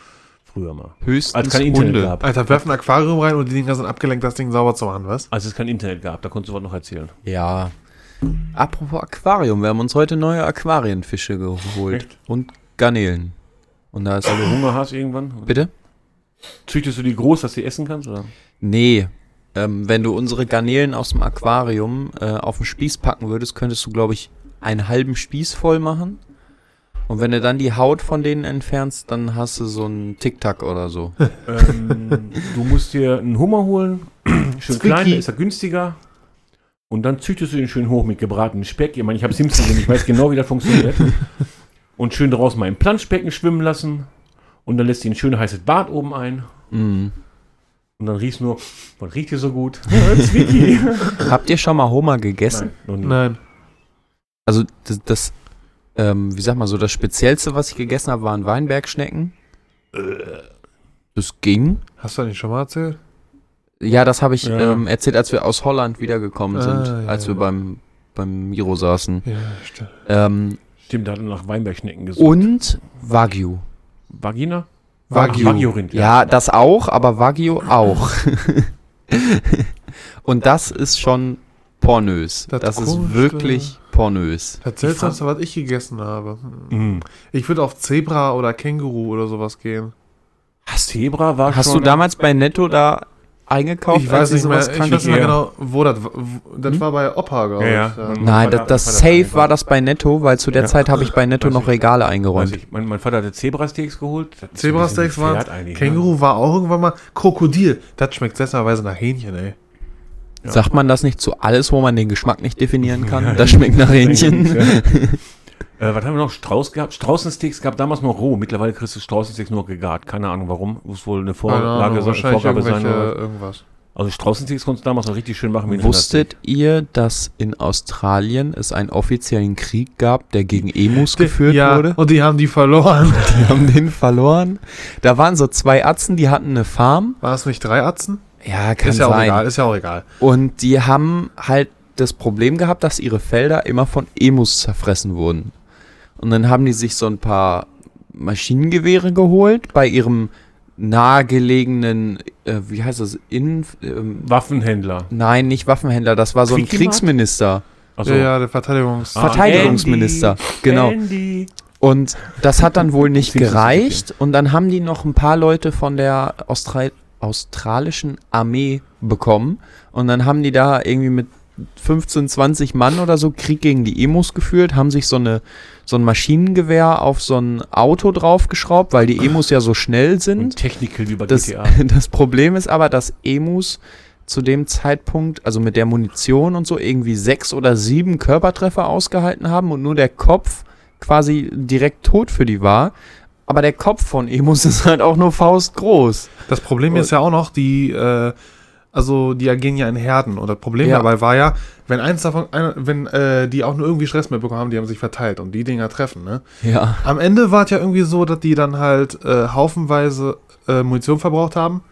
S3: früher mal.
S1: Höchstens
S3: Als es Also kein Internet
S1: Hunde.
S3: gab.
S2: Alter, werf ein Aquarium rein und die Dinger sind abgelenkt, das Ding sauber zu machen, was?
S3: Als es kein Internet gab, da konntest du was noch erzählen.
S1: Ja. Apropos Aquarium, wir haben uns heute neue Aquarienfische geholt.
S3: Echt?
S1: Und Garnelen. Und da ist.
S3: Wenn du Hunger hast irgendwann,
S1: Bitte?
S3: züchtest du die groß, dass du die essen kannst, oder?
S1: Nee. Ähm, wenn du unsere Garnelen aus dem Aquarium äh, auf den Spieß packen würdest, könntest du, glaube ich, einen halben Spieß voll machen. Und wenn du dann die Haut von denen entfernst, dann hast du so einen Tic-Tac oder
S3: *laughs*
S1: so.
S2: *laughs*
S3: ähm, du musst dir einen Hummer holen, *clears throat* schön klein, da ist er günstiger. Und dann züchtest du den schön hoch mit gebratenen Speck. Ich meine, ich habe Simpsons gesehen, ich weiß genau, wie das funktioniert. Und schön draußen mal im Planschbecken schwimmen lassen. Und dann lässt du ihn schön heißes Bad oben ein.
S1: Mhm.
S3: Und dann riechst nur, was riecht hier so gut? *laughs* Zwicky.
S1: Habt ihr schon mal Hummer gegessen?
S3: Nein, noch nie.
S2: Nein.
S1: Also das, das ähm, wie sag mal so, das Speziellste, was ich gegessen habe, waren Weinbergschnecken. Das ging.
S2: Hast du das nicht schon mal erzählt?
S1: Ja, das habe ich
S3: Ja.
S1: ähm, erzählt, als wir aus Holland wiedergekommen sind,
S2: Ah, ja,
S1: als wir
S2: ja.
S1: beim beim Miro saßen.
S2: Ja, stimmt.
S1: Ähm,
S3: Stimmt, da hat er nach Weinbergschnecken gesucht.
S1: und Wagyu.
S3: Vagina?
S2: Wagyu.
S3: Ach, Wagyu-Rind,
S1: Ja, das auch, aber Wagyu auch. *laughs* und das ist schon pornös.
S2: Das
S1: Das,
S2: Komische-
S1: ist wirklich pornös.
S2: Das Seltsamste, was ich gegessen habe. Hm.
S3: Mhm.
S2: Ich würde auf Zebra oder Känguru oder sowas gehen.
S3: Zebra war
S1: Hast du
S3: schon...
S1: damals bei Netto da eingekauft?
S2: ich
S1: als
S2: weiß
S1: sie
S2: nicht mehr,
S1: sowas
S2: ich weiß
S1: krank-
S2: nicht mehr
S3: Ja.
S2: genau, wo das war. Wo- Das war bei Opa, glaube
S3: Ja,
S2: ich.
S3: ja.
S1: Nein,
S3: Mein
S1: das, das
S3: Vater- mein Vater hat
S1: Safe war das bei Netto, weil zu der
S3: Ja.
S1: Zeit habe ich bei Netto
S3: Weiß
S1: noch
S3: ich.
S1: Regale
S3: Weiß
S1: eingeräumt.
S3: ich, mein, mein Vater hat Zebrasteaks geholt. Das ist ein
S2: Zebrasteaks
S3: bisschen wie
S2: waren,
S3: Pferd eigentlich, ne?
S2: Känguru war auch irgendwann mal, Krokodil, das schmeckt seltsamerweise nach Hähnchen, ey.
S3: Ja.
S1: Sagt man das nicht zu alles, wo man den Geschmack nicht definieren kann? Das schmeckt
S3: *laughs*
S1: nach Hähnchen.
S3: Äh, was haben wir noch? Strauß gehabt? Straußensteaks gab damals noch roh. Mittlerweile kriegst du Straußensteaks nur gegart. Keine Ahnung warum. Muss wohl eine
S2: Keine Ahnung,
S3: Vorlage sein,
S2: wahrscheinlich
S3: Vorgabe sein.
S2: irgendwelche,
S3: Oder was.
S2: irgendwas.
S3: Also Straußensteaks konntest du damals noch richtig schön machen.
S1: *laughs*
S3: mit
S1: Wusstet ihr, dass in Australien es einen offiziellen Krieg gab, der gegen Emus geführt
S2: ja,
S1: wurde?
S2: und die haben die verloren. *laughs*
S1: Die haben den verloren. Da waren so zwei Atzen, die hatten eine Farm.
S2: War es nicht drei Atzen?
S1: Ja, kann
S2: ist ja auch
S1: sein.
S2: egal, ist ja auch egal.
S1: Und die haben halt das Problem gehabt, dass ihre Felder immer von Emus zerfressen wurden. Und dann haben die sich so ein paar Maschinengewehre geholt bei ihrem nahegelegenen, äh, wie heißt das, In, ähm,
S3: Waffenhändler.
S1: nein, nicht Waffenhändler, das war so ein
S3: Quickie Mart?
S1: Kriegsminister,
S3: Also
S2: Ja, ja, der Verteidigungs...
S3: Ah.
S1: Verteidigungsminister, genau.
S3: Andy.
S1: Und das hat dann wohl nicht
S3: Simpsons
S1: gereicht. Und dann haben die noch ein paar Leute von der Austral australischen Armee bekommen. Und dann haben die da irgendwie mit 15, 20 Mann oder so Krieg gegen die Emos geführt, haben sich so, eine, so ein Maschinengewehr auf so ein Auto draufgeschraubt, weil die Emos ja so schnell
S3: Und
S1: sind.
S3: Technical wie bei
S1: Das,
S3: GTA.
S1: *laughs* das Problem ist aber, dass Emus zu dem Zeitpunkt, also mit der Munition und so, irgendwie sechs oder sieben Körpertreffer ausgehalten haben und nur der Kopf quasi direkt tot für die war. Aber der Kopf von Emus *laughs* ist halt auch nur faustgroß.
S2: Das Problem ist ja auch noch, die, äh, also die agieren ja in Herden. Und das Problem
S1: Ja.
S2: dabei war ja, wenn eins davon, einer- wenn äh, die auch nur irgendwie Stress mitbekommen haben, die haben sich verteilt und die Dinger treffen, ne?
S1: Ja.
S2: Am Ende war es ja irgendwie so, dass die dann halt äh, haufenweise äh, Munition verbraucht haben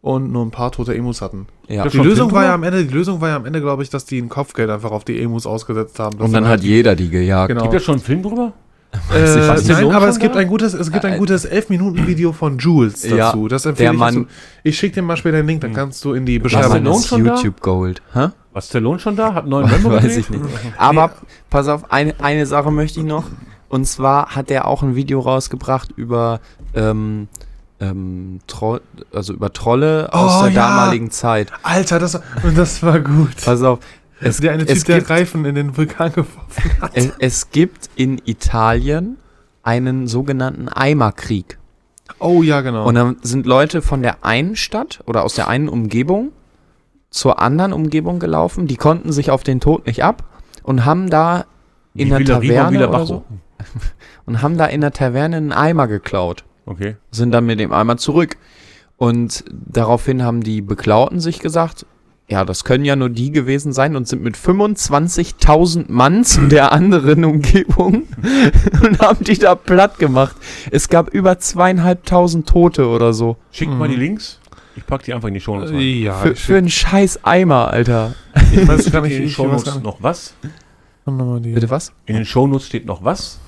S2: und nur ein paar tote Emus hatten.
S1: ja.
S2: Die Lösung war ja am Ende, die Lösung war ja am Ende, glaube ich, dass die ein Kopfgeld einfach auf die Emus ausgesetzt haben. halt
S1: Und dann hat jeder die gejagt.
S2: genau.
S3: Gibt es schon einen Film drüber?
S2: Äh,
S1: nicht, was die
S2: nein,
S3: Sohn
S2: aber
S3: schon
S2: es gibt
S3: da?
S2: ein gutes, es gibt
S1: Äh,
S2: ein gutes 11-Minuten-Video von Jules
S1: Ja,
S2: dazu. das empfehle
S1: der
S2: ich.
S1: Mann-
S2: dazu. Ich schicke dir mal später den Link, dann kannst du in die
S1: Der
S3: Hast du
S2: Beschreibung.
S1: Mann
S3: Stallone
S1: ist
S3: schon da?
S1: YouTube Gold. Hä?
S3: War Stallone schon da? Hat einen neuen
S2: *laughs*
S1: *laughs*
S3: Rambo
S1: Weiß
S3: gedreht?
S1: ich nicht. Aber pass auf, eine, eine Sache möchte ich noch. Und zwar hat er auch ein Video rausgebracht über, ähm, ähm, Tro also über Trolle aus
S2: Oh,
S1: der
S2: ja.
S1: damaligen Zeit.
S2: Alter, das, war- und das war gut.
S1: Pass auf, es,
S2: der eine Typ,
S1: es,
S2: der
S1: gibt,
S2: Reifen in den Vulkan geworfen hat.
S1: es, es gibt in Italien einen sogenannten Eimerkrieg.
S2: Oh ja, genau.
S1: Und dann sind Leute von der einen Stadt oder aus der einen Umgebung zur anderen Umgebung gelaufen. Die konnten sich auf den Tod nicht ab und haben da in der
S3: Villa Riba und
S1: Taverne
S3: Villa
S1: oder
S3: Bajo.
S1: so, und haben da in der Taverne einen Eimer geklaut.
S3: Okay.
S1: Sind dann mit dem Eimer zurück. Und daraufhin haben die Beklauten sich gesagt, ja, das können ja nur die gewesen sein und sind mit 25.000 Mann zu der anderen Umgebung *laughs* und haben die da platt gemacht. Es gab über zweieinhalbtausend Tote oder so.
S3: Schickt mal
S2: Mhm.
S3: die Links. Ich pack die einfach in die Shownotes rein.
S2: ja,
S1: Für, für einen scheiß Eimer, Alter.
S2: ich weiß gar
S3: In
S2: nicht,
S3: den
S2: ich weiß gar
S3: Shownotes
S2: nicht.
S3: noch was?
S2: Komm nochmal die-
S1: Bitte was?
S3: In den Shownotes steht noch was?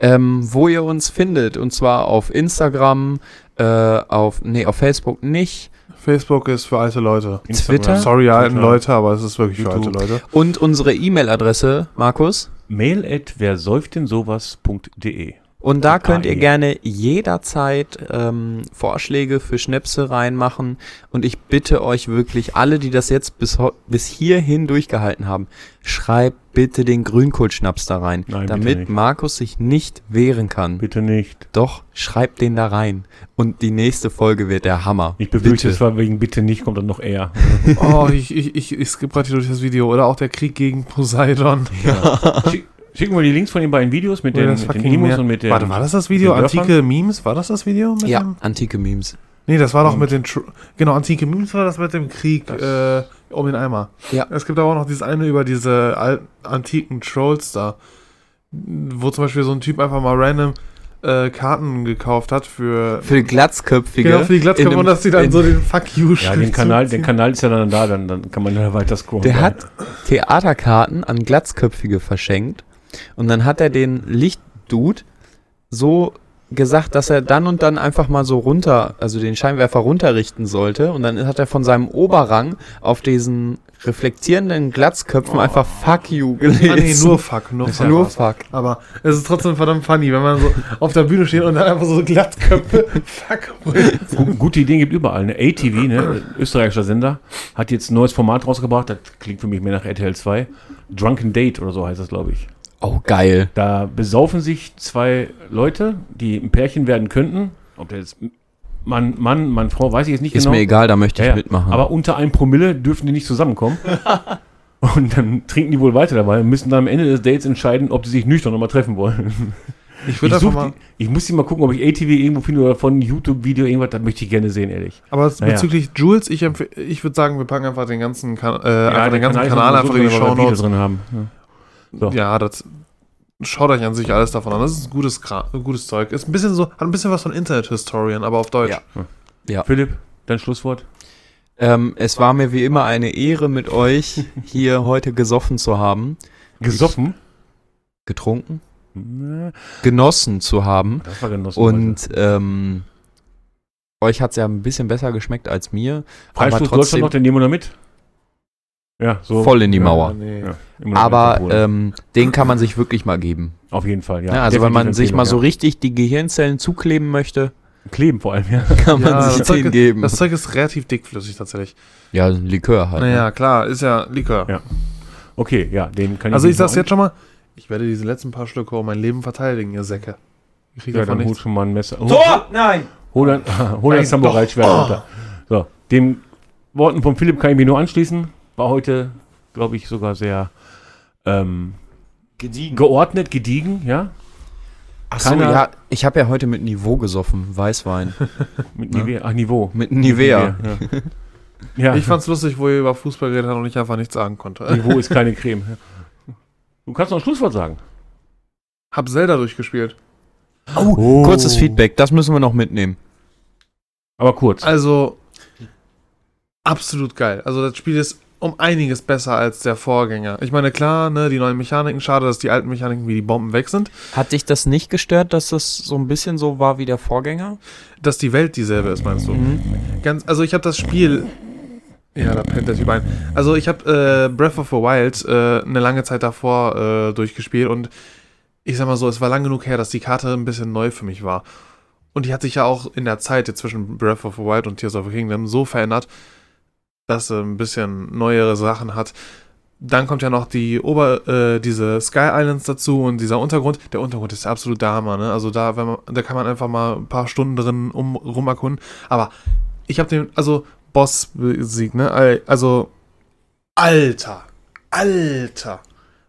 S1: Ähm, wo ihr uns findet. Und zwar auf Instagram, äh, auf, nee, auf Facebook nicht.
S2: Facebook ist für alte Leute.
S1: Twitter?
S2: Sorry, ihr alten
S3: Twitter.
S2: Leute, aber es ist wirklich für alte
S3: YouTube.
S2: Leute.
S1: Und unsere E-Mail-Adresse, Markus.
S3: Mail at wersäuftdensowas.de.
S1: Und da könnt
S3: Ah,
S1: ihr
S3: ja.
S1: gerne jederzeit ähm, Vorschläge für Schnäpse reinmachen. Und ich bitte euch wirklich, alle, die das jetzt bis, ho- bis hierhin durchgehalten haben, schreibt bitte den Grünkohlschnaps da rein,
S3: Nein, bitte
S1: damit
S3: nicht.
S1: Markus sich nicht wehren kann.
S3: Bitte nicht.
S1: Doch, schreibt den da rein. Und die nächste Folge wird der Hammer.
S3: Ich befürchte,
S1: Bitte.
S3: es war wegen bitte nicht, kommt dann noch *laughs* eher.
S2: Oh, ich, ich, ich, ich skippe gerade hier durch das Video. Oder auch der Krieg gegen Poseidon.
S3: Schick, schicken wir die Links von den beiden Videos mit
S2: Oder
S3: den,
S2: das
S3: mit den
S2: fucking
S3: Emus
S2: Meer.
S3: und mit den.
S2: Warte, war das das Video?
S3: den Dörfern?
S2: Antike Memes? War das das Video? mit
S1: Ja,
S2: dem-
S1: antike Memes.
S2: Nee, das war doch mit den. Tr genau, antike Memes war das mit dem Krieg äh, um den Eimer.
S1: Ja.
S2: Es gibt aber auch noch dieses eine über diese al- antiken Trolls da. Wo zum Beispiel so ein Typ einfach mal random äh, Karten gekauft hat für.
S1: Für Glatzköpfige.
S2: Genau, für die Glatzköpfe
S1: in
S2: und
S1: einem-
S2: dass die dann
S1: in-
S2: so den Fuck you
S3: ja, den Kanal, den Kanal ist ja dann da, dann, dann kann man ja weiter scrollen.
S1: Der hat Theaterkarten an Glatzköpfige verschenkt und dann hat er den Lichtdude so gesagt, dass er dann und dann einfach mal so runter, also den Scheinwerfer runterrichten sollte und dann hat er von seinem Oberrang auf diesen reflektierenden Glatzköpfen einfach Fuck you gelesen.
S2: Ah,
S1: *laughs*
S2: nee, nur Fuck, nur Fuck.
S1: nur Fuck.
S2: Aber es ist trotzdem verdammt funny, wenn man so auf der Bühne steht und dann einfach so Glattköpfe. *laughs* Fuck.
S3: Gu- Gute Ideen gibt überall. Ne? ATV, ne? österreichischer Sender, hat jetzt ein neues Format rausgebracht. Das klingt für mich mehr nach RTL 2. Drunken Date oder so heißt das, glaube ich.
S1: Oh, geil.
S3: Da besaufen sich zwei Leute, die ein Pärchen werden könnten. Ob der jetzt Mann, Mann, Mann, Frau, weiß ich jetzt nicht
S1: Ist
S3: genau.
S1: mir egal, da möchte ich
S3: Ja, ja.
S1: mitmachen.
S3: Aber unter einem Promille dürfen die nicht
S2: *laughs*
S3: zusammenkommen. Und dann trinken die wohl weiter dabei und müssen dann am Ende des Dates entscheiden, ob sie sich nüchtern nochmal treffen wollen.
S2: Ich
S3: Ich,
S2: würde einfach
S3: such
S2: mal.
S3: die, ich muss die mal gucken, ob ich ATV irgendwo finde oder von YouTube-Video irgendwas, das möchte ich gerne sehen, ehrlich.
S2: Aber
S3: Naja.
S2: bezüglich Jules, ich, empf- ich würde sagen, wir packen einfach den ganzen, kan äh, einfach
S3: der
S2: den ganzen
S3: ist
S2: Kanal
S3: sowieso
S2: einfach
S3: drin,
S2: in die
S3: weil wir Video
S2: Shownotes.
S3: drin haben. Ja. doch.
S2: Ja, das schaut euch an sich alles davon an. Das ist ein gutes, Gra gutes Zeug. Ist ein bisschen so, hat ein bisschen was von Internet Historian, aber auf Deutsch.
S1: Ja.
S3: Philipp, dein Schlusswort?
S1: ähm, es war mir wie immer eine Ehre, mit euch hier heute gesoffen zu haben,
S3: Gesoffen?
S1: getrunken,
S3: Na,
S1: genossen zu haben.
S3: Das war genossen. heute.
S1: Und ähm, euch hat es ja ein bisschen besser geschmeckt als mir. aber
S3: Freistoß Deutschland
S1: trotzdem
S3: noch, den nehmen wir da mit. Ja, so.
S1: voll in die Mauer.
S2: Ja, nee.
S3: Ja, immer noch mit
S1: Aber
S3: Polen.
S1: ähm, den kann man sich wirklich mal geben.
S3: auf jeden Fall, ja.
S1: ne? Also wenn
S3: Definitiv
S1: man sich mal so
S3: Empfehlung,
S1: richtig die Gehirnzellen zukleben *laughs* möchte,
S3: ja. kleben vor allem, ja. *laughs*
S1: kann
S2: Ja,
S1: man sich
S2: das Zeug
S1: den
S2: ist-
S1: geben.
S2: Das Zeug ist relativ dickflüssig tatsächlich.
S1: ja, ein Likör halt.
S2: Naja, klar, ist ja Likör.
S3: Ja. Okay, ja, den kann
S2: Also ich
S3: nicht
S2: sag's
S3: sagen.
S2: jetzt schon mal, ich werde diese letzten paar Schlücke um mein Leben verteidigen, ihr Säcke. Ich krieg
S3: Ja,
S2: davon
S3: dann hol
S2: nichts.
S3: schon mal ein Messer. Tor! Nein! Hol ein, *laughs* hol ein
S2: Nein, Oh.
S3: Samurai-Schwert runter. So, den Worten von Philipp kann ich mich nur anschließen. War heute, glaube ich, sogar sehr ähm,
S8: Gediegen.
S3: Geordnet, gediegen, ja?
S1: Ach so,
S3: Keiner-
S1: ja, ich habe ja heute mit Niveau gesoffen, *laughs* Weißwein.
S3: Mit Nivea. Ach, Niveau.
S1: Mit Nivea.
S3: Ja, ja.
S2: Ich fand's lustig, wo ihr über Fußball geredet habt und ich einfach nichts sagen konnte.
S3: *laughs* Niveau ist keine Creme. ja. Du kannst noch ein Schlusswort sagen.
S2: *laughs* Hab Zelda durchgespielt.
S1: Oh, kurzes Feedback, das müssen wir noch mitnehmen.
S3: Aber kurz.
S2: Also, absolut geil. Also, das Spiel ist um einiges besser als der Vorgänger. Ich meine, klar, ne, die neuen Mechaniken, schade, dass die alten Mechaniken wie die Bomben weg sind.
S1: Hat dich das nicht gestört, dass das so ein bisschen so war wie der Vorgänger? Mhm.
S2: Dass die Welt dieselbe ist, meinst du? Ganz, also, ich habe das Spiel. Ja, da pennt der Typ ein. Also, ich habe äh, Breath of the Wild äh, eine lange Zeit davor äh, durchgespielt und ich sag mal so, es war lang genug her, dass die Karte ein bisschen neu für mich war. Und die hat sich ja auch in der Zeit jetzt zwischen Breath of the Wild und Tears of the Kingdom so verändert, dass sie ein bisschen neuere Sachen hat. Dann kommt ja noch die Ober, äh, diese Sky Islands dazu und dieser Untergrund. Der Untergrund ist absolut der Hammer, ne? Also da, wenn man, da kann man einfach mal ein paar Stunden drin um, rumerkunden. Aber ich habe den, also Boss besiegt, ne? Al- Also Alter, Alter.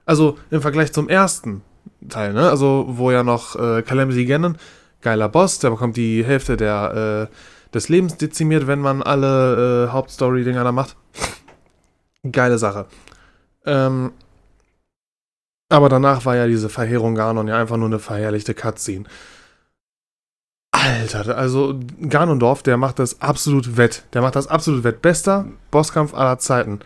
S2: Also im Vergleich zum ersten Teil, ne? Also wo ja noch äh, Calamity Ganon, geiler Boss, der bekommt die Hälfte der, äh, des Lebens dezimiert, wenn man alle äh, Hauptstory-Dinger da macht. Geile Sache. Ähm, aber danach war ja diese Verheerung Ganon ja einfach nur eine verherrlichte Cutscene. Alter, also Ganondorf, der macht das absolut wett. Der macht das absolut wett. Bester Bosskampf aller Zeiten.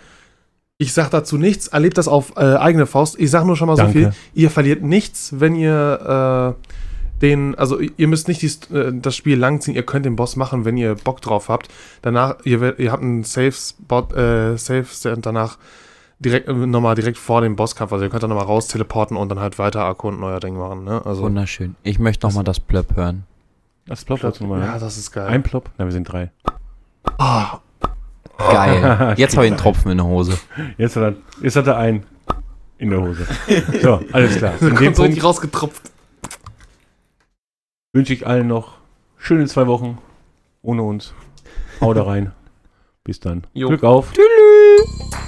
S2: Ich sag dazu nichts, erlebt das auf äh, eigene Faust. Ich sag nur schon mal
S3: Danke.
S2: so viel. Ihr verliert nichts, wenn ihr äh, den, also ihr müsst nicht die, St- äh, das Spiel langziehen, ihr könnt den Boss machen, wenn ihr Bock drauf habt. Danach, ihr, wer- ihr habt einen Safe-Spot, äh, Safe-Stand danach direkt äh, nochmal direkt vor dem Bosskampf. Also ihr könnt dann nochmal raus teleporten und dann halt weiter erkunden, euer Ding machen. Ne? Also,
S1: Wunderschön. Ich möchte nochmal das Plöpp *laughs* hören.
S3: Das Plop dazu mal.
S2: ja, das ist geil.
S3: Ein Plop? Nein, wir sind drei.
S2: Ah,
S1: Geil. Jetzt habe ich einen Tropfen in der Hose.
S3: Jetzt hat er, jetzt hat er einen in der
S2: *laughs*
S3: Hose. So, alles klar. In dem
S2: kommt so
S3: Punkt
S2: richtig rausgetropft.
S3: wünsche ich allen noch schöne zwei Wochen ohne uns. Hau da rein. Bis dann.
S1: Jo.
S3: Glück auf.
S1: Tschüss.